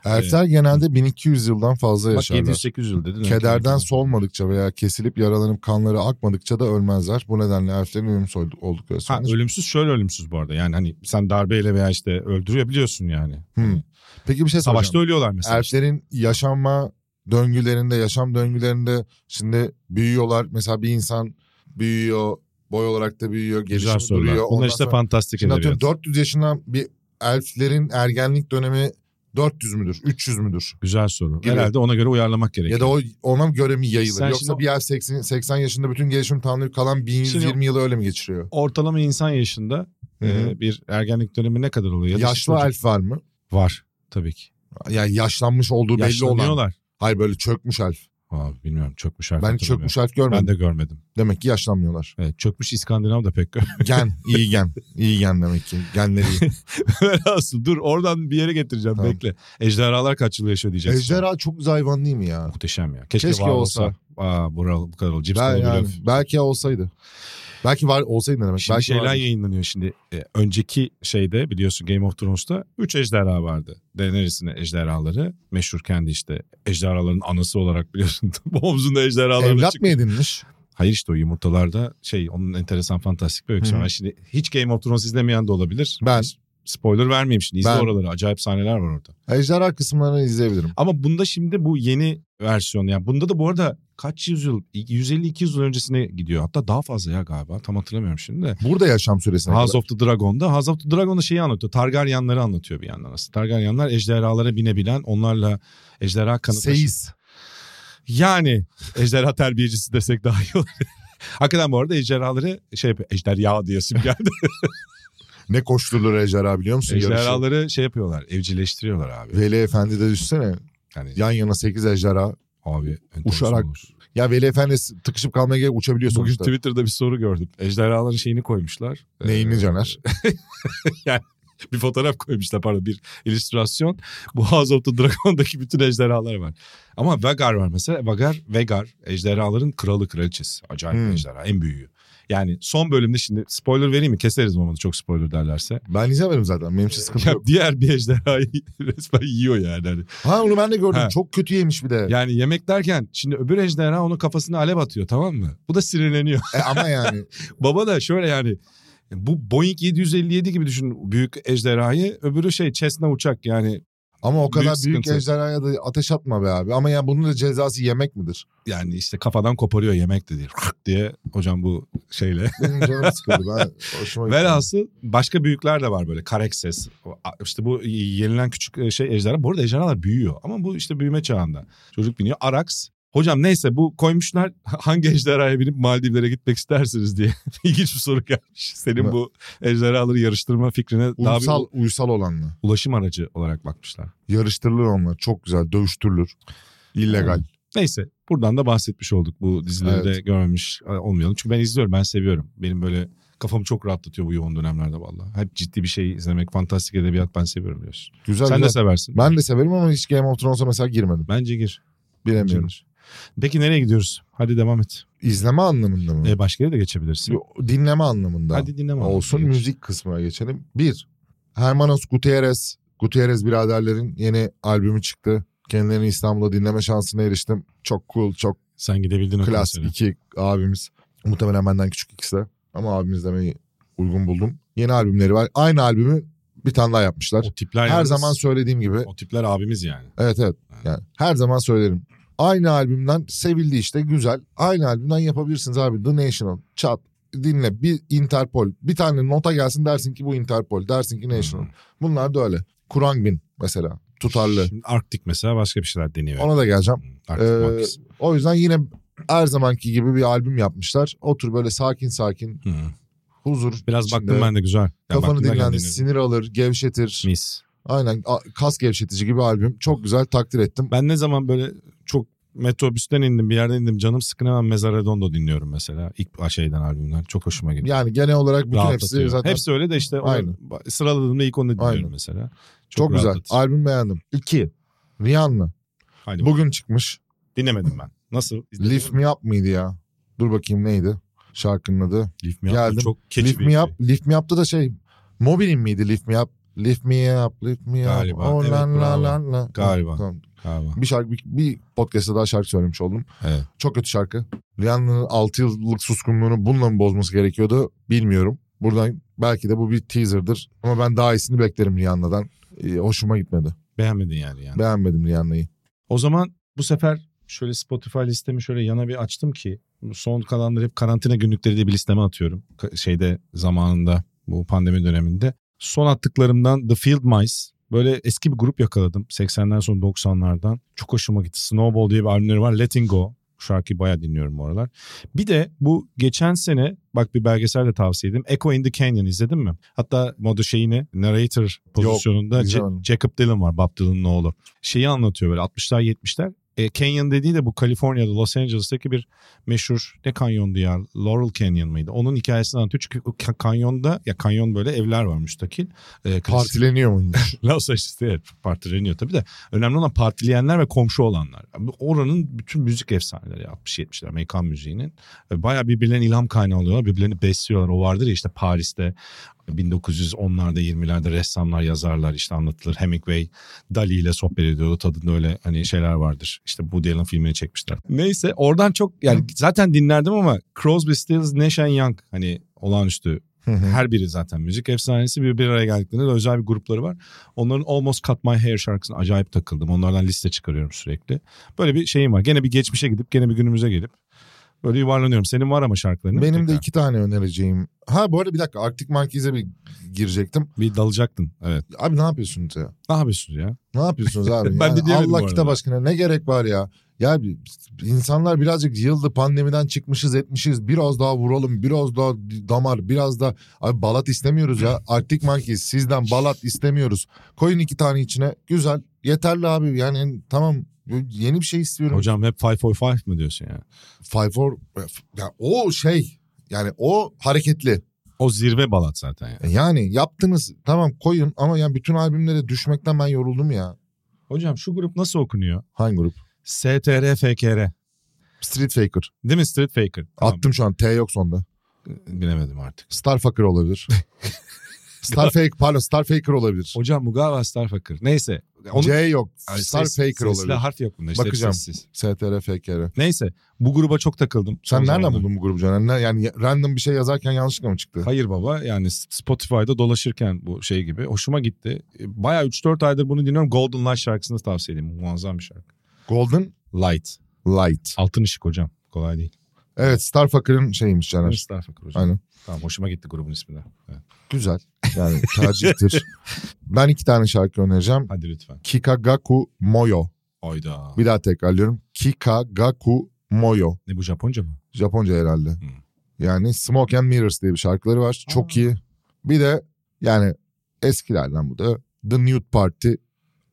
Speaker 3: Elfler genelde 1200 yıldan fazla
Speaker 2: Bak
Speaker 3: yaşarlar.
Speaker 2: 700-800 yıl dedin.
Speaker 3: Kederden
Speaker 2: Evet.
Speaker 3: solmadıkça veya kesilip yaralanıp kanları akmadıkça da ölmezler. Bu nedenle elflerin ölüm soy- oldukları
Speaker 2: Ha,
Speaker 3: söylenir.
Speaker 2: ölümsüz şöyle ölümsüz bu arada. Yani hani sen darbeyle veya işte öldürebiliyorsun yani. Hani
Speaker 3: Hmm. Peki bir şey
Speaker 2: Savaşta
Speaker 3: soracağım.
Speaker 2: ölüyorlar mesela.
Speaker 3: Elflerin yaşanma döngülerinde, yaşam döngülerinde şimdi büyüyorlar. Mesela bir insan büyüyor, boy olarak da büyüyor,
Speaker 2: Güzel
Speaker 3: gelişimi
Speaker 2: sorular.
Speaker 3: duruyor.
Speaker 2: Bunlar
Speaker 3: Ondan
Speaker 2: işte
Speaker 3: sonra-
Speaker 2: fantastik
Speaker 3: Şimdi
Speaker 2: edebiyat.
Speaker 3: atıyorum 400 yaşından bir elflerin ergenlik dönemi 400 müdür, 300 müdür?
Speaker 2: Güzel soru.
Speaker 3: Gibi.
Speaker 2: Herhalde ona göre uyarlamak gerekiyor.
Speaker 3: Ya da o ona göre mi yayılır?
Speaker 2: Sen
Speaker 3: Yoksa
Speaker 2: şimdi-
Speaker 3: bir elf 80, 80 yaşında bütün gelişim tamamlayıp kalan 1120
Speaker 2: Şimdi-
Speaker 3: yılı öyle mi geçiriyor?
Speaker 2: Ortalama insan yaşında
Speaker 3: Hı hı.
Speaker 2: e, bir ergenlik dönemi ne kadar oluyor? Ya da işte
Speaker 3: Yaşlı
Speaker 2: çocuk-
Speaker 3: elf var mı?
Speaker 2: Var tabii ki.
Speaker 3: Yani yaşlanmış olduğu belli olan.
Speaker 2: Yaşlanıyorlar.
Speaker 3: Hayır böyle çökmüş elf.
Speaker 2: Abi bilmiyorum çökmüş
Speaker 3: Ben
Speaker 2: hakikaten
Speaker 3: hiç çökmüş
Speaker 2: bilmiyorum.
Speaker 3: elf görmedim.
Speaker 2: Ben de görmedim.
Speaker 3: Demek
Speaker 2: <laughs>
Speaker 3: ki yaşlanmıyorlar.
Speaker 2: Evet, çökmüş İskandinav da pek <laughs> görmedim.
Speaker 3: Gen, iyi gen. iyi gen demek ki. Genleri iyi.
Speaker 2: Velhasıl dur oradan bir yere getireceğim
Speaker 3: Tamam.
Speaker 2: bekle. Ejderhalar kaç yıl yaşıyor diyeceksin.
Speaker 3: Ejderha çok güzel hayvan değil mi ya?
Speaker 2: Muhteşem ya. Keşke,
Speaker 3: Keşke
Speaker 2: var olsa.
Speaker 3: olsa.
Speaker 2: Aa, bu, bu kadar olur. Cips
Speaker 3: Ben
Speaker 2: olur,
Speaker 3: yani,
Speaker 2: öf.
Speaker 3: belki ya olsaydı. Belki var olsaydı ne demek.
Speaker 2: Şimdi
Speaker 3: belki
Speaker 2: şey, şeyler
Speaker 3: vardı.
Speaker 2: yayınlanıyor şimdi. E, önceki şeyde biliyorsun Game of Thrones'ta 3 ejderha vardı. Daenerys'in ejderhaları. Meşhur kendi işte ejderhaların anası olarak biliyorsun. <laughs> Omzunda ejderhaları
Speaker 3: Evlat
Speaker 2: çıkıyor.
Speaker 3: mı edinmiş?
Speaker 2: Hayır işte o yumurtalarda şey onun enteresan fantastik bir öyküsü
Speaker 3: Hı hı.
Speaker 2: var. Şimdi hiç Game of Thrones izlemeyen de olabilir.
Speaker 3: Ben.
Speaker 2: Spoiler vermeyeyim şimdi. İzle
Speaker 3: Ben.
Speaker 2: oraları. Acayip sahneler var orada.
Speaker 3: Ejderha kısımlarını izleyebilirim.
Speaker 2: Ama bunda şimdi bu yeni versiyon yani bunda da bu arada kaç yüzyıl 150-200 yıl öncesine gidiyor. Hatta daha fazla ya galiba tam hatırlamıyorum şimdi de.
Speaker 3: Burada yaşam süresine
Speaker 2: House
Speaker 3: kadar.
Speaker 2: of the Dragon'da House of the Dragon'da şeyi anlatıyor. Targaryenleri anlatıyor bir yandan aslında. Targaryenler ejderhalara binebilen onlarla ejderha kanı taşı-
Speaker 3: Seiz.
Speaker 2: Yani ejderha terbiyecisi desek daha iyi olur. <laughs> Hakikaten bu arada ejderhaları şey yapıyor. Ejderha diye geldi.
Speaker 3: Ne koşturulur ejderha biliyor musun? Ejderhalı.
Speaker 2: Ejderhaları şey yapıyorlar. Evcilleştiriyorlar abi.
Speaker 3: Veli Efendi de düşsene.
Speaker 2: Yani
Speaker 3: Yan yana 8 ejderha.
Speaker 2: abi enteresan
Speaker 3: Uçarak-
Speaker 2: olur.
Speaker 3: Ya Veli Efendi tıkışıp kalmaya gerek uçabiliyor
Speaker 2: Bugün
Speaker 3: sonuçta.
Speaker 2: Twitter'da bir soru gördüm. Ejderhaların şeyini koymuşlar.
Speaker 3: Neyini
Speaker 2: Ee,
Speaker 3: Caner?
Speaker 2: <laughs> bir fotoğraf koymuşlar pardon bir illüstrasyon. Bu House of the Dragon'daki bütün ejderhalar var. Ama Vegar var mesela. Vegar, Vegar ejderhaların kralı kraliçesi. Acayip bir
Speaker 3: Hmm.
Speaker 2: ejderha en büyüğü. Yani son bölümde şimdi spoiler vereyim mi? Keseriz olmadı çok spoiler derlerse.
Speaker 3: Ben izlemedim zaten. Benim için sıkıntı
Speaker 2: Ya
Speaker 3: yok.
Speaker 2: diğer bir ejderhayı <laughs> resmen yiyor yani. Hani
Speaker 3: Ha onu ben de gördüm.
Speaker 2: Ha.
Speaker 3: Çok kötü yemiş bir de.
Speaker 2: Yani yemek derken şimdi öbür ejderha onun kafasına alev atıyor tamam mı? Bu da sinirleniyor.
Speaker 3: E, ama yani
Speaker 2: Baba da şöyle yani bu Boeing 757 gibi düşün büyük ejderhayı öbürü şey Cessna uçak yani
Speaker 3: Ama o
Speaker 2: Büyük
Speaker 3: kadar büyük,
Speaker 2: sıkıntı.
Speaker 3: ejderhaya da ateş atma be abi. Ama yani bunun da cezası yemek midir?
Speaker 2: Yani işte kafadan koparıyor yemek de diyor. diye hocam bu şeyle.
Speaker 3: Benim canım sıkıldı. Ben hoşuma gitti.
Speaker 2: Velhasıl başka büyükler de var böyle. Karekses. O, a- İşte bu yenilen küçük e, şey ejderha. Bu arada ejderhalar büyüyor. Ama bu işte büyüme çağında. Çocuk biniyor. Araks. Hocam neyse bu koymuşlar <laughs> hangi ejderhaya binip Maldivlere gitmek istersiniz diye. <laughs> İlginç bir soru gelmiş. Senin bu ejderhaları yarıştırma fikrine daha
Speaker 3: Uysal,
Speaker 2: bir
Speaker 3: uysal olanla.
Speaker 2: ulaşım aracı olarak bakmışlar.
Speaker 3: Yarıştırılır onlar. Çok güzel. Dövüştürülür. İllegal.
Speaker 2: Neyse buradan da bahsetmiş olduk. Bu dizileri de görmemiş e, olmayalım. Çünkü ben izliyorum ben seviyorum. Benim böyle kafamı çok rahatlatıyor bu yoğun dönemlerde vallahi. Hep ciddi bir şey izlemek, fantastik edebiyat ben seviyorum diyorsun.
Speaker 3: Güzel
Speaker 2: Sen
Speaker 3: güzel.
Speaker 2: de seversin.
Speaker 3: Ben de severim ama hiç Game of Thrones'a mesela girmedim.
Speaker 2: Bence gir. bence
Speaker 3: Bilemiyorum.
Speaker 2: gir. Peki nereye gidiyoruz? Hadi devam et.
Speaker 3: İzleme anlamında mı?
Speaker 2: E, başka yere de geçebilirsin.
Speaker 3: Yo, Dinleme anlamında.
Speaker 2: Hadi dinleme.
Speaker 3: Olsun
Speaker 2: Geç.
Speaker 3: müzik kısmına geçelim. Bir, Hermanos Gutierrez. Gutierrez biraderlerin yeni albümü çıktı. Kendilerini İstanbul'da dinleme şansına eriştim. Çok cool, çok
Speaker 2: Sen gidebildin o
Speaker 3: klas
Speaker 2: konsere.
Speaker 3: iki abimiz. Muhtemelen benden küçük ikisi de. Ama abimiz demeyi uygun buldum. Yeni albümleri var. Aynı albümü bir tane daha yapmışlar.
Speaker 2: O tipler
Speaker 3: Her
Speaker 2: yalnız-
Speaker 3: zaman söylediğim gibi.
Speaker 2: o tipler abimiz yani.
Speaker 3: Evet evet. Yani her zaman söylerim. Aynı albümden sevildi işte güzel. Aynı albümden yapabilirsiniz abi. The National. Çat. Dinle. Bir Interpol. Bir tane nota gelsin dersin ki bu Interpol. Dersin ki National.
Speaker 2: Hmm.
Speaker 3: Bunlar da öyle. Kurangin mesela. Tutarlı.
Speaker 2: Şimdi Arktik mesela başka bir şeyler deniyor.
Speaker 3: Ona da geleceğim.
Speaker 2: Arktik
Speaker 3: Ee,
Speaker 2: Monkeys.
Speaker 3: O yüzden yine her zamanki gibi bir albüm yapmışlar. Otur böyle sakin sakin.
Speaker 2: Hı.
Speaker 3: Huzur.
Speaker 2: Biraz
Speaker 3: içinde.
Speaker 2: baktım ben de güzel. Yani
Speaker 3: Kafanı
Speaker 2: baktım derken
Speaker 3: dinlendir.
Speaker 2: dinledim.
Speaker 3: Sinir alır. Gevşetir.
Speaker 2: Mis.
Speaker 3: Aynen. a- Kas gevşetici gibi albüm. Çok güzel takdir ettim.
Speaker 2: Ben ne zaman böyle çok metrobüsten indim bir yerden indim canım sıkın hemen Mezaredondo dinliyorum mesela. İlk şeyden albümden çok hoşuma gidiyor.
Speaker 3: Yani genel olarak bütün
Speaker 2: Rahatlatıyor.
Speaker 3: hepsi zaten
Speaker 2: Hepsi öyle de işte onu
Speaker 3: Aynen.
Speaker 2: ba- sıraladığımda ilk onu dinliyorum
Speaker 3: Aynen.
Speaker 2: mesela.
Speaker 3: Çok, güzel.
Speaker 2: rahatlatıcı.
Speaker 3: Albüm beğendim. İki. Rihanna.
Speaker 2: Haydi bak,
Speaker 3: Bugün çıkmış.
Speaker 2: dinlemedim ben. Nasıl? İzledin
Speaker 3: Lift
Speaker 2: mi?
Speaker 3: Me Up mıydı ya? Dur bakayım neydi şarkının adı?
Speaker 2: Lift Me Up.
Speaker 3: Geldim.
Speaker 2: Çok keçi
Speaker 3: Lift
Speaker 2: bir
Speaker 3: Me
Speaker 2: şey.
Speaker 3: Up. Lift Me Up'ta da şey Mobil'in miydi Lift Me Up? Lift Me Up, Lift Me Up. Oh,
Speaker 2: Galiba. Evet, bravo.
Speaker 3: la.
Speaker 2: Galiba.
Speaker 3: Tamam.
Speaker 2: Galiba.
Speaker 3: Bir şarkı bir, bir podcast'ta daha şarkı söylemiş oldum.
Speaker 2: Evet.
Speaker 3: Çok kötü şarkı. Rihanna'nın 6 yıllık suskunluğunu bununla mı bozması gerekiyordu bilmiyorum. Buradan belki de bu bir teaser'dır ama ben daha iyisini beklerim Rihanna'dan. Ee, hoşuma gitmedi.
Speaker 2: Beğenmedin yani. yani.
Speaker 3: Beğenmedim Rihanna'yı.
Speaker 2: O zaman bu sefer şöyle Spotify listemi şöyle yana bir açtım ki bu son kalanları hep karantina günlükleri diye bir listeme atıyorum. Ka- Şeyde zamanında bu pandemi döneminde. Son attıklarımdan The Field Mice. Böyle eski bir grup yakaladım. 80'ler son 90'lardan. Çok hoşuma gitti. Snowball diye bir albümleri var. Letting Go. Bu şarkıyı bayağı dinliyorum bu aralar. Bir de bu geçen sene bak bir belgesel de tavsiye edeyim. Echo in the Canyon izledin mi? Hatta moda şeyini narrator pozisyonunda
Speaker 3: izlemedim.
Speaker 2: Ce- Jacob Dylan var. Bob Dylan'ın oğlu şeyi anlatıyor böyle 60'lar 70'ler. E, Canyon dediği de bu Kaliforniya'da Los Angeles'taki bir meşhur ne kanyondu ya Laurel Canyon mıydı? Onun hikayesini anlatıyor çünkü o ka- kanyonda ya kanyon böyle evler var müstakil. E, klasik-
Speaker 3: Partileniyor muymuş?
Speaker 2: <laughs> Los Angeles'te evet, partileniyor tabii de. Önemli olan partileyenler ve komşu olanlar. Abi Oranın bütün müzik efsaneleri 60-70'ler Amerikan müziğinin. E, Bayağı birbirlerine ilham kaynağı oluyorlar. Birbirlerini besliyorlar. O vardır ya işte Paris'te 1910'larda 20'lerde ressamlar yazarlar işte anlatılır. Hemingway Dali ile sohbet ediyordu. Tadında öyle hani şeyler vardır. İşte Woody Allen filmini çekmişler. Neyse oradan çok yani zaten dinlerdim ama Crosby, Stills, Nash Young hani olağanüstü
Speaker 3: Hı hı.
Speaker 2: her biri zaten müzik efsanesi bir bir araya geldiklerinde de özel bir grupları var. Onların Almost Cut My Hair şarkısına acayip takıldım. Onlardan liste çıkarıyorum sürekli. Böyle bir şeyim var. Gene bir geçmişe gidip gene bir günümüze gelip böyle yuvarlanıyorum. Senin var ama şarkıların. değil mi
Speaker 3: Benim de
Speaker 2: tekrar?
Speaker 3: iki tane önereceğim. Ha bu arada bir dakika Arctic Monkeys'e bir girecektim.
Speaker 2: Bir dalacaktın. Evet.
Speaker 3: Abi ne yapıyorsunuz ya?
Speaker 2: Ne yapıyorsun ya?
Speaker 3: Ne yapıyorsunuz
Speaker 2: <laughs>
Speaker 3: abi?
Speaker 2: Ben de
Speaker 3: Yani
Speaker 2: diyemedim bu
Speaker 3: Allah
Speaker 2: arada.
Speaker 3: kitap aşkına ne gerek var ya? Ya bir- insanlar birazcık yıldı pandemiden çıkmışız etmişiz. Biraz daha vuralım, biraz daha damar, biraz da abi balat istemiyoruz
Speaker 2: <laughs>
Speaker 3: ya. Arctic Monkeys sizden balat istemiyoruz. Koyun iki tane içine. Güzel. Yeterli abi. Yani tamam yeni bir şey istiyorum.
Speaker 2: Hocam hep 545 mi diyorsun ya?
Speaker 3: Five for ya o şey yani o hareketli.
Speaker 2: O zirve balat zaten ya.
Speaker 3: E Yani yaptınız tamam koyun ama yani bütün albümlere düşmekten ben yoruldum ya.
Speaker 2: Hocam şu grup nasıl okunuyor?
Speaker 3: Hangi grup?
Speaker 2: STR FKR.
Speaker 3: Street Faker.
Speaker 2: Değil mi Street Faker? Tamam.
Speaker 3: Attım şu an T yok sonda.
Speaker 2: Bilemedim artık.
Speaker 3: Star Faker <laughs> olabilir. Star Fake pardon Star Faker olabilir.
Speaker 2: Hocam bu galiba Star Faker. Neyse Onun-
Speaker 3: C yok.
Speaker 2: Yani
Speaker 3: Star
Speaker 2: ses-
Speaker 3: Faker
Speaker 2: sesli
Speaker 3: olabilir.
Speaker 2: harf yok bunda. işte, hep
Speaker 3: Bakacağım.
Speaker 2: sessiz.
Speaker 3: STR FKR.
Speaker 2: Neyse bu gruba çok takıldım.
Speaker 3: Sen
Speaker 2: Son
Speaker 3: nereden
Speaker 2: zamanlarda.
Speaker 3: buldun bu grubu Caner? Ne- Yani random bir şey yazarken yanlışlıkla mı çıktı?
Speaker 2: Hayır baba yani Spotify'da dolaşırken bu şey gibi hoşuma gitti. E, Bayağı 3-4 aydır bunu dinliyorum. Golden Light şarkısını da tavsiye edeyim. Muazzam bir şarkı.
Speaker 3: Golden
Speaker 2: Light.
Speaker 3: Light.
Speaker 2: Altın ışık hocam. Kolay değil.
Speaker 3: Evet Star Faker'ın şeymiş Caner.
Speaker 2: Mustafa hocam.
Speaker 3: Aynen.
Speaker 2: Tamam hoşuma gitti grubun ismi de. Evet.
Speaker 3: Güzel. Yani
Speaker 2: <laughs>
Speaker 3: tercihtir. ben iki tane şarkı önereceğim.
Speaker 2: Hadi lütfen.
Speaker 3: Kikagaku Moyo.
Speaker 2: Oyda.
Speaker 3: Bir daha tekrarlıyorum. Kikagaku Moyo.
Speaker 2: Ne bu Japonca mı?
Speaker 3: Japonca herhalde. Yani Smoke and Mirrors diye bir şarkıları var. Çok iyi. Bir de yani eskilerden bu da The Nude Party,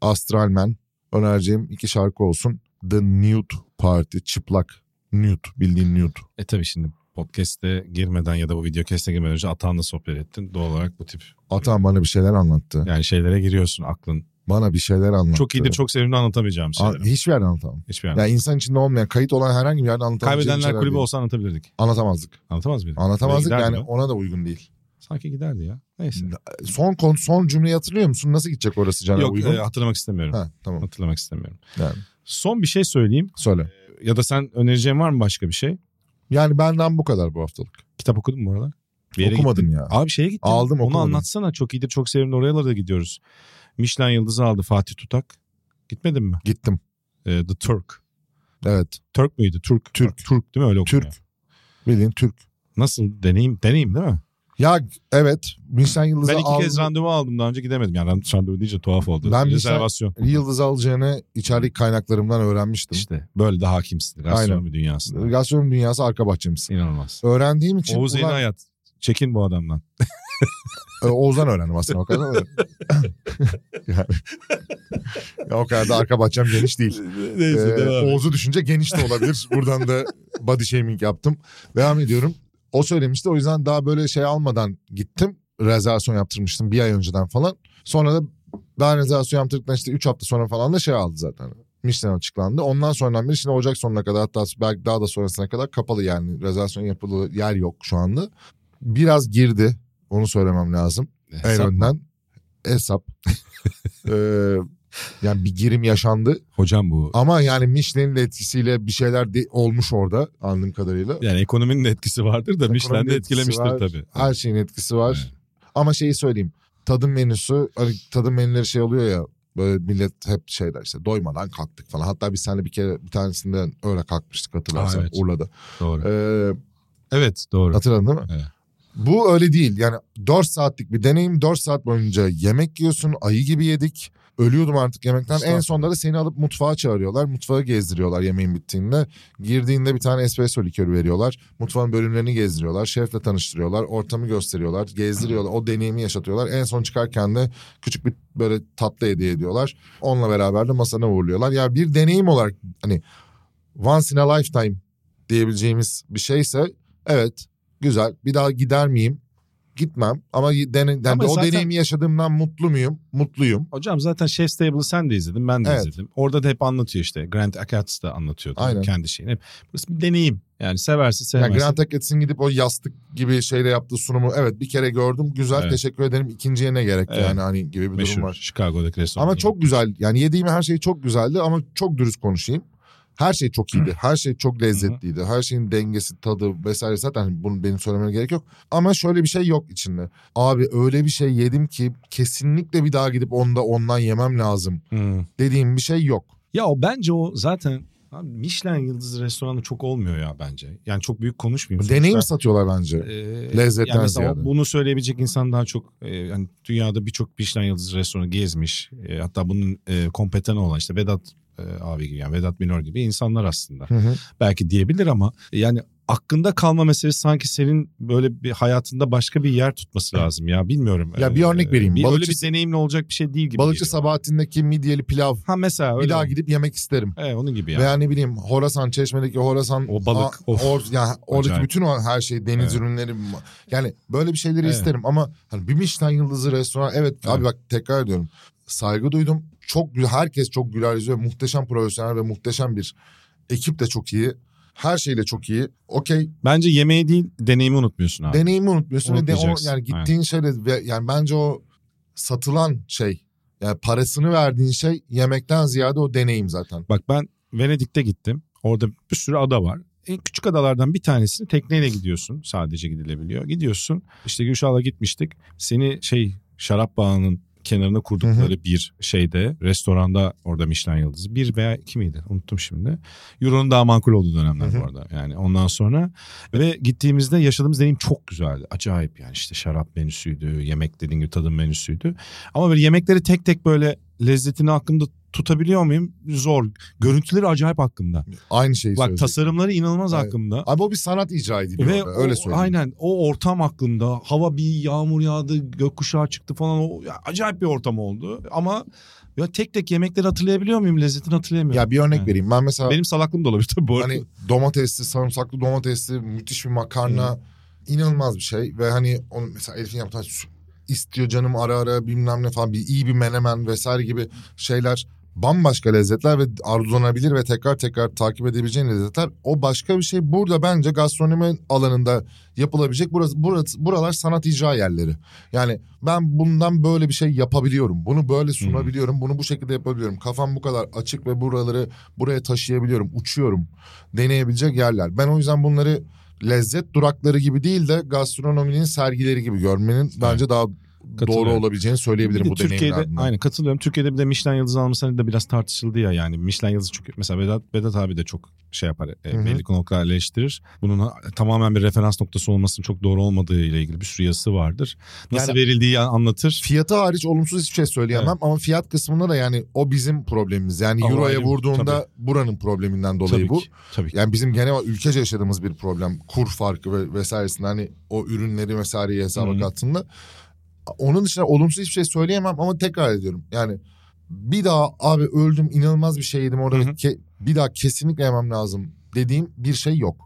Speaker 3: Astral Man. Önereceğim iki şarkı olsun. The Nude Party, çıplak. Nude, bildiğin nude.
Speaker 2: E tabii şimdi podcast'e girmeden ya da bu video keste girmeden önce Atan'la sohbet ettin. Doğal olarak bu tip
Speaker 3: Atan bana bir şeyler anlattı.
Speaker 2: yani şeylere giriyorsun aklın.
Speaker 3: Bana bir şeyler anlattı.
Speaker 2: Çok iyidir çok sevimli anlatamayacağım
Speaker 3: Aa,
Speaker 2: şeyler.
Speaker 3: Hiçbir yerden anlatamam.
Speaker 2: Hiçbir yani.
Speaker 3: Yani insan içinde olmayan, kayıt olan herhangi bir yerde anlatamayacağım
Speaker 2: Kaybedenler
Speaker 3: şeyler
Speaker 2: kulübü
Speaker 3: değil.
Speaker 2: olsa anlatabilirdik.
Speaker 3: Anlatamazdık.
Speaker 2: Anlatamaz mıydık?
Speaker 3: Anlatamazdık
Speaker 2: Giderdi
Speaker 3: yani
Speaker 2: mi?
Speaker 3: ona da uygun değil.
Speaker 2: Sanki giderdi ya. Neyse.
Speaker 3: Son konu, son cümleyi hatırlıyor musun? Nasıl gidecek orası Caner
Speaker 2: Yok
Speaker 3: uygun?
Speaker 2: e, hatırlamak istemiyorum.
Speaker 3: Ha, tamam.
Speaker 2: Hatırlamak istemiyorum.
Speaker 3: Yani.
Speaker 2: Son bir şey söyleyeyim
Speaker 3: Söyle.
Speaker 2: ya da sen önereceğin var mı başka bir şey?
Speaker 3: Yani benden bu kadar bu haftalık.
Speaker 2: Kitap okudun mu bu aralar? Bir yere
Speaker 3: Okumadım ya.
Speaker 2: Abi şeye gittim.
Speaker 3: Aldım,
Speaker 2: Onu
Speaker 3: okumadım.
Speaker 2: anlatsana çok iyidir çok sevimli oralara da gidiyoruz. Michelin yıldızı aldı Fatih Tutak. Gitmedin mi?
Speaker 3: Gittim.
Speaker 2: Ee, The Turk.
Speaker 3: Evet.
Speaker 2: Türk müydü? Türk. Türk. Türk değil mi öyle okunuyor?
Speaker 3: Türk. Bildiğin Türk.
Speaker 2: Nasıl deneyim? Deneyim değil mi?
Speaker 3: Ya evet. Michelin Yıldız'ı
Speaker 2: ben iki
Speaker 3: al-
Speaker 2: kez randevu aldım daha önce gidemedim. Yani randevu- randevu deyince tuhaf oldu.
Speaker 3: Ben bir şey-
Speaker 2: Rezervasyon.
Speaker 3: Yıldız alacağını içerik kaynaklarımdan öğrenmiştim.
Speaker 2: İşte böyle de hakimsin. Rasyon
Speaker 3: Aynen.
Speaker 2: bir dünyasında.
Speaker 3: Delegasyon dünyası arka bahçemiz.
Speaker 2: İnanılmaz.
Speaker 3: Öğrendiğim için
Speaker 2: Oğuz Yeni
Speaker 3: ulan-
Speaker 2: Hayat. Çekin bu adamdan.
Speaker 3: E, Oğuz'dan öğrendim aslında o kadar. da-
Speaker 2: <laughs>
Speaker 3: <laughs> yani, ya o kadar da arka bahçem geniş değil.
Speaker 2: Neyse
Speaker 3: Ee, Oğuz'u düşünce geniş de olabilir. Buradan da body shaming yaptım. Devam ediyorum. O söylemişti. O yüzden daha böyle şey almadan gittim. Rezervasyon yaptırmıştım bir ay önceden falan. Sonra da ben rezervasyon yaptırdıktan işte 3 hafta sonra falan da şey aldı zaten. Michelin açıklandı. Ondan sonra beri şimdi Ocak sonuna kadar hatta belki daha da sonrasına kadar kapalı yani. Rezervasyon yapıldığı yer yok şu anda. Biraz girdi. Onu söylemem lazım. en önden hesap. Ee, yani bir girim yaşandı.
Speaker 2: Hocam bu.
Speaker 3: Ama yani Michelin'in etkisiyle bir şeyler de- olmuş orada anladığım kadarıyla.
Speaker 2: Yani ekonominin de etkisi vardır da Michelin de
Speaker 3: etkisi
Speaker 2: etkilemiştir
Speaker 3: var.
Speaker 2: tabii.
Speaker 3: Her şeyin etkisi var.
Speaker 2: Evet.
Speaker 3: Ama şeyi söyleyeyim. Tadım menüsü, hani tadım menüleri şey oluyor ya. Böyle millet hep şeyler işte doymadan kalktık falan. Hatta biz seninle bir kere bir tanesinden öyle kalkmıştık hatırlarsan
Speaker 2: Aa, evet.
Speaker 3: Urla'da.
Speaker 2: Doğru.
Speaker 3: Ee,
Speaker 2: Evet doğru.
Speaker 3: hatırladın değil mi?
Speaker 2: Evet.
Speaker 3: Bu öyle değil. Yani 4 saatlik bir deneyim. 4 saat boyunca yemek yiyorsun. Ayı gibi yedik. Ölüyordum artık yemekten. En
Speaker 2: Estağfurullah.
Speaker 3: sonunda da seni alıp mutfağa çağırıyorlar. Mutfağı gezdiriyorlar yemeğin bittiğinde. Girdiğinde bir tane espresso likörü veriyorlar. Mutfağın bölümlerini gezdiriyorlar. Şefle tanıştırıyorlar. Ortamı gösteriyorlar. Gezdiriyorlar. O deneyimi yaşatıyorlar. En son çıkarken de küçük bir böyle tatlı hediye ediyorlar. Onunla beraber de masana uğurluyorlar. Ya bir deneyim olarak hani once in a lifetime diyebileceğimiz bir şeyse evet güzel bir daha gider miyim? Gitmem ama dene, yani
Speaker 2: Ama
Speaker 3: o
Speaker 2: zaten-
Speaker 3: deneyimi yaşadığımdan mutlu muyum? Mutluyum.
Speaker 2: Hocam zaten Chef's Table'ı sen de izledin ben de
Speaker 3: Evet.
Speaker 2: izledim. Orada da hep anlatıyor işte. Grant Achatz da anlatıyordu
Speaker 3: Aynen.
Speaker 2: kendi şeyini. Hep, burası bir deneyim. Yani seversin sevmezsin.
Speaker 3: Yani Grant Hackett'in gidip o yastık gibi şeyle yaptığı sunumu evet bir kere gördüm. Güzel
Speaker 2: Evet.
Speaker 3: teşekkür ederim. İkinciye ne gerek
Speaker 2: Evet.
Speaker 3: yani hani gibi bir
Speaker 2: Meşhur
Speaker 3: durum var.
Speaker 2: Chicago'daki restoran.
Speaker 3: Ama çok güzel yani yediğim her şey çok güzeldi ama çok dürüst konuşayım. Her şey çok iyiydi. Her şey çok lezzetliydi. Her şeyin dengesi, tadı vesaire zaten bunu benim söylememe gerek yok. Ama şöyle bir şey yok içinde. Abi öyle bir şey yedim ki kesinlikle bir daha gidip onda ondan yemem lazım
Speaker 2: Hmm.
Speaker 3: dediğim bir şey yok.
Speaker 2: Ya o bence o zaten abi Michelin yıldızı restoranı çok olmuyor ya bence. Yani çok büyük konuşmayayım.
Speaker 3: Deneyim
Speaker 2: Sonuçta,
Speaker 3: satıyorlar bence.
Speaker 2: e,
Speaker 3: Lezzetten
Speaker 2: yani mesela
Speaker 3: ziyade.
Speaker 2: Bunu söyleyebilecek insan daha çok e, yani dünyada birçok Michelin yıldızı restoranı gezmiş. E, hatta bunun e, kompetanı olan işte Vedat e, abi gibi yani Vedat Minor gibi insanlar aslında.
Speaker 3: Hı hı.
Speaker 2: belki diyebilir ama yani aklında kalma meselesi sanki senin böyle bir hayatında başka bir yer tutması lazım ya bilmiyorum.
Speaker 3: Ya bir
Speaker 2: Ee,
Speaker 3: örnek vereyim.
Speaker 2: Bir, öyle
Speaker 3: Balıkçı-
Speaker 2: bir deneyimle olacak bir şey değil gibi.
Speaker 3: Balıkçı
Speaker 2: geliyor.
Speaker 3: Sabahattin'deki midyeli pilav.
Speaker 2: Ha mesela öyle.
Speaker 3: Bir daha
Speaker 2: oldu.
Speaker 3: gidip yemek isterim.
Speaker 2: Evet, onun gibi yani.
Speaker 3: Veya ne bileyim Horasan, Çeşme'deki Horasan.
Speaker 2: O balık,
Speaker 3: Aa,
Speaker 2: of.
Speaker 3: or, yani oradaki
Speaker 2: Acayip.
Speaker 3: bütün o her şey deniz
Speaker 2: Evet.
Speaker 3: ürünleri. Yani böyle bir şeyleri
Speaker 2: Evet.
Speaker 3: isterim ama hani bir Michelin yıldızı restoran. Evet, abi bak tekrar ediyorum. Saygı duydum. Çok gü- herkes çok güler yüzlü ve muhteşem profesyonel ve muhteşem bir ekip de çok iyi. Her şeyle çok iyi. Okey.
Speaker 2: Bence yemeği değil deneyimi unutmuyorsun abi.
Speaker 3: Deneyimi unutmuyorsun. Ve de, o,
Speaker 2: Unutmayacaksın.
Speaker 3: yani gittiğin şeyle ve- yani bence o satılan şey Yani parasını verdiğin şey yemekten ziyade o deneyim zaten.
Speaker 2: Bak ben Venedik'te gittim. Orada bir sürü ada var. En küçük adalardan bir tanesini tekneyle gidiyorsun. Sadece gidilebiliyor. Gidiyorsun. İşte Gülşah'la gitmiştik. Seni şey şarap bağının kenarına kurdukları bir şeyde restoranda orada Michelin yıldızı. Bir veya iki miydi? Unuttum şimdi. Euro'nun daha makul olduğu dönemler
Speaker 3: Hı
Speaker 2: bu
Speaker 3: hı.
Speaker 2: arada. Yani ondan sonra ve gittiğimizde yaşadığımız deneyim çok güzeldi. Acayip yani işte şarap menüsüydü, yemek dediğin gibi tadım menüsüydü. Ama böyle yemekleri tek tek böyle lezzetini aklımda tutabiliyor muyum? Zor. Görüntüleri acayip aklımda.
Speaker 3: Aynı
Speaker 2: Bak
Speaker 3: şeyi söyleyecektim.
Speaker 2: tasarımları inanılmaz
Speaker 3: Aynen.
Speaker 2: aklımda.
Speaker 3: Abi o bir sanat icra ediliyor
Speaker 2: Ve
Speaker 3: orada,
Speaker 2: o-
Speaker 3: öyle söyleyeyim.
Speaker 2: aynen o ortam aklımda. Hava bir yağmur yağdı, gökkuşağı çıktı falan. O ya, acayip bir ortam oldu. Ama ya tek tek yemekleri hatırlayabiliyor muyum? Lezzetini hatırlayamıyorum.
Speaker 3: Ya bir örnek
Speaker 2: Yani.
Speaker 3: vereyim. Ben mesela
Speaker 2: Benim salaklığım da olabilir tabii bu arada.
Speaker 3: hani domatesli, sarımsaklı domatesli müthiş bir makarna. inanılmaz bir şey ve hani onu mesela Elif'in yaptığı hani su- istiyor canım ara ara bilmem ne falan bir iyi bir menemen vesaire gibi şeyler bambaşka lezzetler ve arzulanabilir ve tekrar tekrar takip edebileceğin lezzetler. O başka bir şey. Burada bence gastronomi alanında yapılabilecek burası, burası buralar sanat icra yerleri. Yani ben bundan böyle bir şey yapabiliyorum. Bunu böyle sunabiliyorum. Bunu bu şekilde yapabiliyorum. Kafam bu kadar açık ve buraları buraya taşıyabiliyorum. Uçuyorum. Deneyebilecek yerler. Ben o yüzden bunları
Speaker 2: Hmm.
Speaker 3: lezzet durakları gibi değil de gastronominin sergileri gibi görmenin bence daha doğru
Speaker 2: Katılıyorum.
Speaker 3: olabileceğini
Speaker 2: Bir
Speaker 3: söyleyebilirim
Speaker 2: de
Speaker 3: bu
Speaker 2: Türkiye'de
Speaker 3: deneyimlerden.
Speaker 2: aynen katılıyorum. Türkiye'de bir de Michelin yıldızı alması hani de biraz tartışıldı ya yani. Michelin yıldızı çok mesela Vedat, Vedat abi de çok şey yapar. e,
Speaker 3: Hı hı.
Speaker 2: belli konuklar eleştirir. Bunun ha- tamamen bir referans noktası olmasının çok doğru olmadığı ile ilgili bir sürü yazısı vardır. Nasıl
Speaker 3: Yani-
Speaker 2: verildiği anlatır.
Speaker 3: Fiyatı hariç olumsuz hiçbir şey söyleyemem
Speaker 2: Evet.
Speaker 3: ama fiyat kısmında da yani o bizim problemimiz. Yani
Speaker 2: Ama
Speaker 3: euroya
Speaker 2: ayrı bir-
Speaker 3: vurduğunda buranın probleminden dolayı
Speaker 2: Tabii
Speaker 3: bu.
Speaker 2: ki, Tabii ki.
Speaker 3: Yani bizim genel ülkece yaşadığımız bir problem. Kur farkı ve vesairesinden hani o ürünleri vesaireyi hesaba
Speaker 2: Hı.
Speaker 3: kattığında. Onun dışında olumsuz hiçbir şey söyleyemem ama tekrar ediyorum. Yani bir daha abi öldüm inanılmaz bir şey yedim orada.
Speaker 2: Hı hı.
Speaker 3: Ke- bir daha kesinlikle yemem lazım dediğim bir şey yok.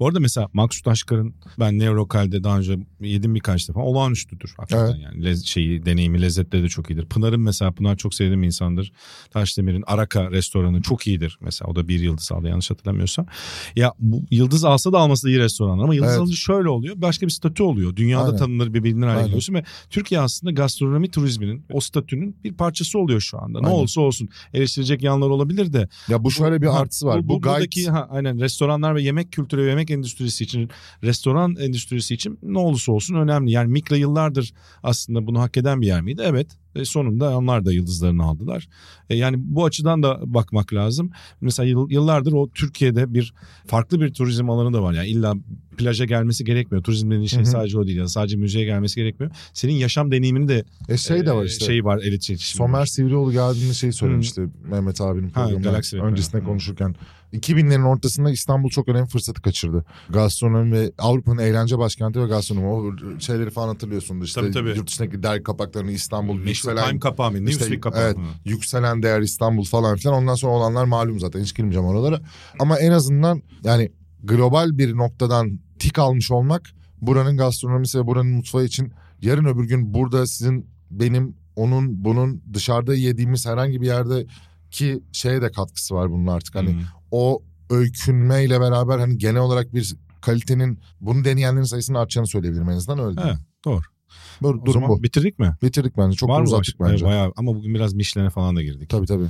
Speaker 2: Bu arada mesela Maksut Aşkar'ın ben Neurokal'de daha önce yedim birkaç defa. Olağanüstüdür hakikaten
Speaker 3: Evet.
Speaker 2: yani. Lez- şeyi, deneyimi, lezzetleri de çok iyidir. Pınar'ın mesela Pınar çok sevdiğim bir insandır. Taşdemir'in Araka restoranı çok iyidir. Mesela o da bir yıldız aldı yanlış hatırlamıyorsam. Ya bu yıldız alsa da alması da iyi restoranlar ama yıldız
Speaker 3: Evet.
Speaker 2: alınca şöyle oluyor. Başka bir statü oluyor. Dünyada
Speaker 3: Aynen.
Speaker 2: tanınır bir bilinir hale
Speaker 3: Aynen.
Speaker 2: geliyorsun ve Türkiye aslında gastronomi turizminin o statünün bir parçası oluyor şu anda. Ne
Speaker 3: Aynen.
Speaker 2: olsa olsun eleştirecek yanlar olabilir de
Speaker 3: Ya bu şöyle bir
Speaker 2: Ha,
Speaker 3: artısı var. Bu, guide
Speaker 2: buradaki ha, aynen restoranlar ve yemek kültürü ve yemek endüstrisi için restoran endüstrisi için ne olursa olsun önemli. Yani Mikra yıllardır aslında bunu hak eden bir yer miydi? Evet. E, sonunda onlar da yıldızlarını aldılar. E, yani bu açıdan da bakmak lazım. Mesela yıl- yıllardır o Türkiye'de bir farklı bir turizm alanı da var. Yani illa plaja gelmesi gerekmiyor. Turizm dediğin şey
Speaker 3: Hı hı.
Speaker 2: sadece o değil. Yani sadece müzeye gelmesi gerekmiyor. Senin yaşam deneyimini de
Speaker 3: e, şey de var
Speaker 2: e,
Speaker 3: işte.
Speaker 2: Şey var elit iletişim.
Speaker 3: Somer Sivrioğlu geldiğinde şey söylemişti Mehmet abinin programında
Speaker 2: Galaxy Rehberi.
Speaker 3: öncesinde
Speaker 2: Hı.
Speaker 3: konuşurken. 2000'lerin ortasında İstanbul çok önemli fırsatı kaçırdı. Gastronomi ve Avrupa'nın eğlence başkenti ve gastronomi o şeyleri falan hatırlıyorsunuz. İşte
Speaker 2: Tabii, tabii.
Speaker 3: yurt dışındaki dergi kapaklarını İstanbul
Speaker 2: Meşhur
Speaker 3: yükselen,
Speaker 2: Time kapağı mı?
Speaker 3: İşte-
Speaker 2: Newsweek kapağı
Speaker 3: evet.
Speaker 2: mı?
Speaker 3: yükselen değer İstanbul falan filan. Ondan sonra olanlar malum zaten hiç girmeyeceğim oralara. Ama en azından yani global bir noktadan tik almış olmak buranın gastronomisi ve buranın mutfağı için yarın öbür gün burada sizin benim onun bunun dışarıda yediğimiz herhangi bir yerde ki şeye de katkısı var bunun artık hani
Speaker 2: Hı.
Speaker 3: o öykünmeyle beraber hani genel olarak bir kalitenin bunu deneyenlerin sayısının artacağını söyleyebilirim en azından öyle.
Speaker 2: Evet, doğru.
Speaker 3: Böyle
Speaker 2: O
Speaker 3: durum
Speaker 2: zaman
Speaker 3: bu.
Speaker 2: bitirdik mi?
Speaker 3: Bitirdik bence. Çok
Speaker 2: Var mı
Speaker 3: uzattık
Speaker 2: başka?
Speaker 3: bence.
Speaker 2: Evet, bayağı ama bugün biraz Michelin'e falan da girdik.
Speaker 3: Tabii tabii.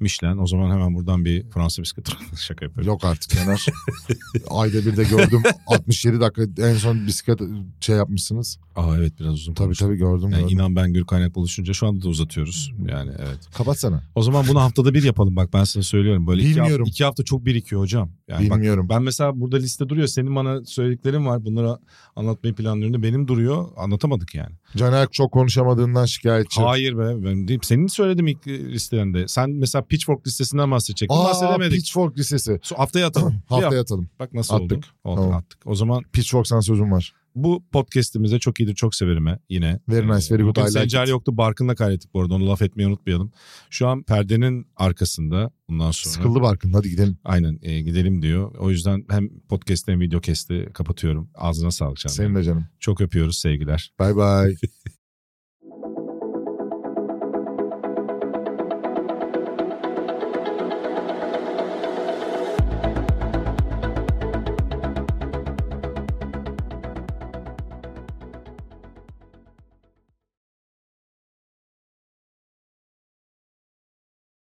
Speaker 2: Michelin o zaman hemen buradan bir Fransa bisküvi <laughs> şaka yapıyorum.
Speaker 3: Yok artık
Speaker 2: <laughs>
Speaker 3: Caner. Ayda bir de gördüm 67 dakika en son bisiklet şey yapmışsınız.
Speaker 2: Aa evet biraz uzun.
Speaker 3: Tabii tabii Hmm. gördüm.
Speaker 2: Yani
Speaker 3: gördüm.
Speaker 2: inan ben gül kaynak buluşunca şu anda da uzatıyoruz. Yani evet.
Speaker 3: Kapatsana.
Speaker 2: O zaman bunu haftada bir yapalım bak ben sana söylüyorum. Böyle iki hafta,
Speaker 3: Bilmiyorum.
Speaker 2: iki hafta çok birikiyor hocam. Yani bak
Speaker 3: Bilmiyorum.
Speaker 2: ben mesela burada liste duruyor. Senin bana söylediklerin var. Bunları anlatmayı planlıyorum da benim duruyor. Anlatamadık yani.
Speaker 3: Caner çok konuşamadığından şikayetçi.
Speaker 2: Hayır be. Ben değil. Senin söyledim ilk listende. Sen mesela Pitchfork listesinden bahsedecektin.
Speaker 3: Aa
Speaker 2: Bahsedemedik.
Speaker 3: Pitchfork Lisesi. <clears throat>
Speaker 2: So, haftaya atalım. Bir
Speaker 3: Haftaya atalım.
Speaker 2: Bak nasıl
Speaker 3: Attık.
Speaker 2: oldu? Oldu,
Speaker 3: Tamam.
Speaker 2: attık. O zaman
Speaker 3: Pitchfork sana sözüm var.
Speaker 2: bu podcast'imize çok iyidir çok severime yine. Ee,
Speaker 3: Very nice, very good, I
Speaker 2: Bugün
Speaker 3: like
Speaker 2: Sencer
Speaker 3: it.
Speaker 2: yoktu. Barkın'la kaydettik bu arada. Onu laf etmeyi unutmayalım. Şu an perdenin arkasında. Bundan sonra
Speaker 3: Sıkıldı barkın hadi gidelim.
Speaker 2: aynen e, gidelim diyor. O yüzden hem podcast hem video kesti kapatıyorum. Ağzına sağlık canım.
Speaker 3: Senin de canım.
Speaker 2: Çok öpüyoruz sevgiler.
Speaker 3: Bay bay.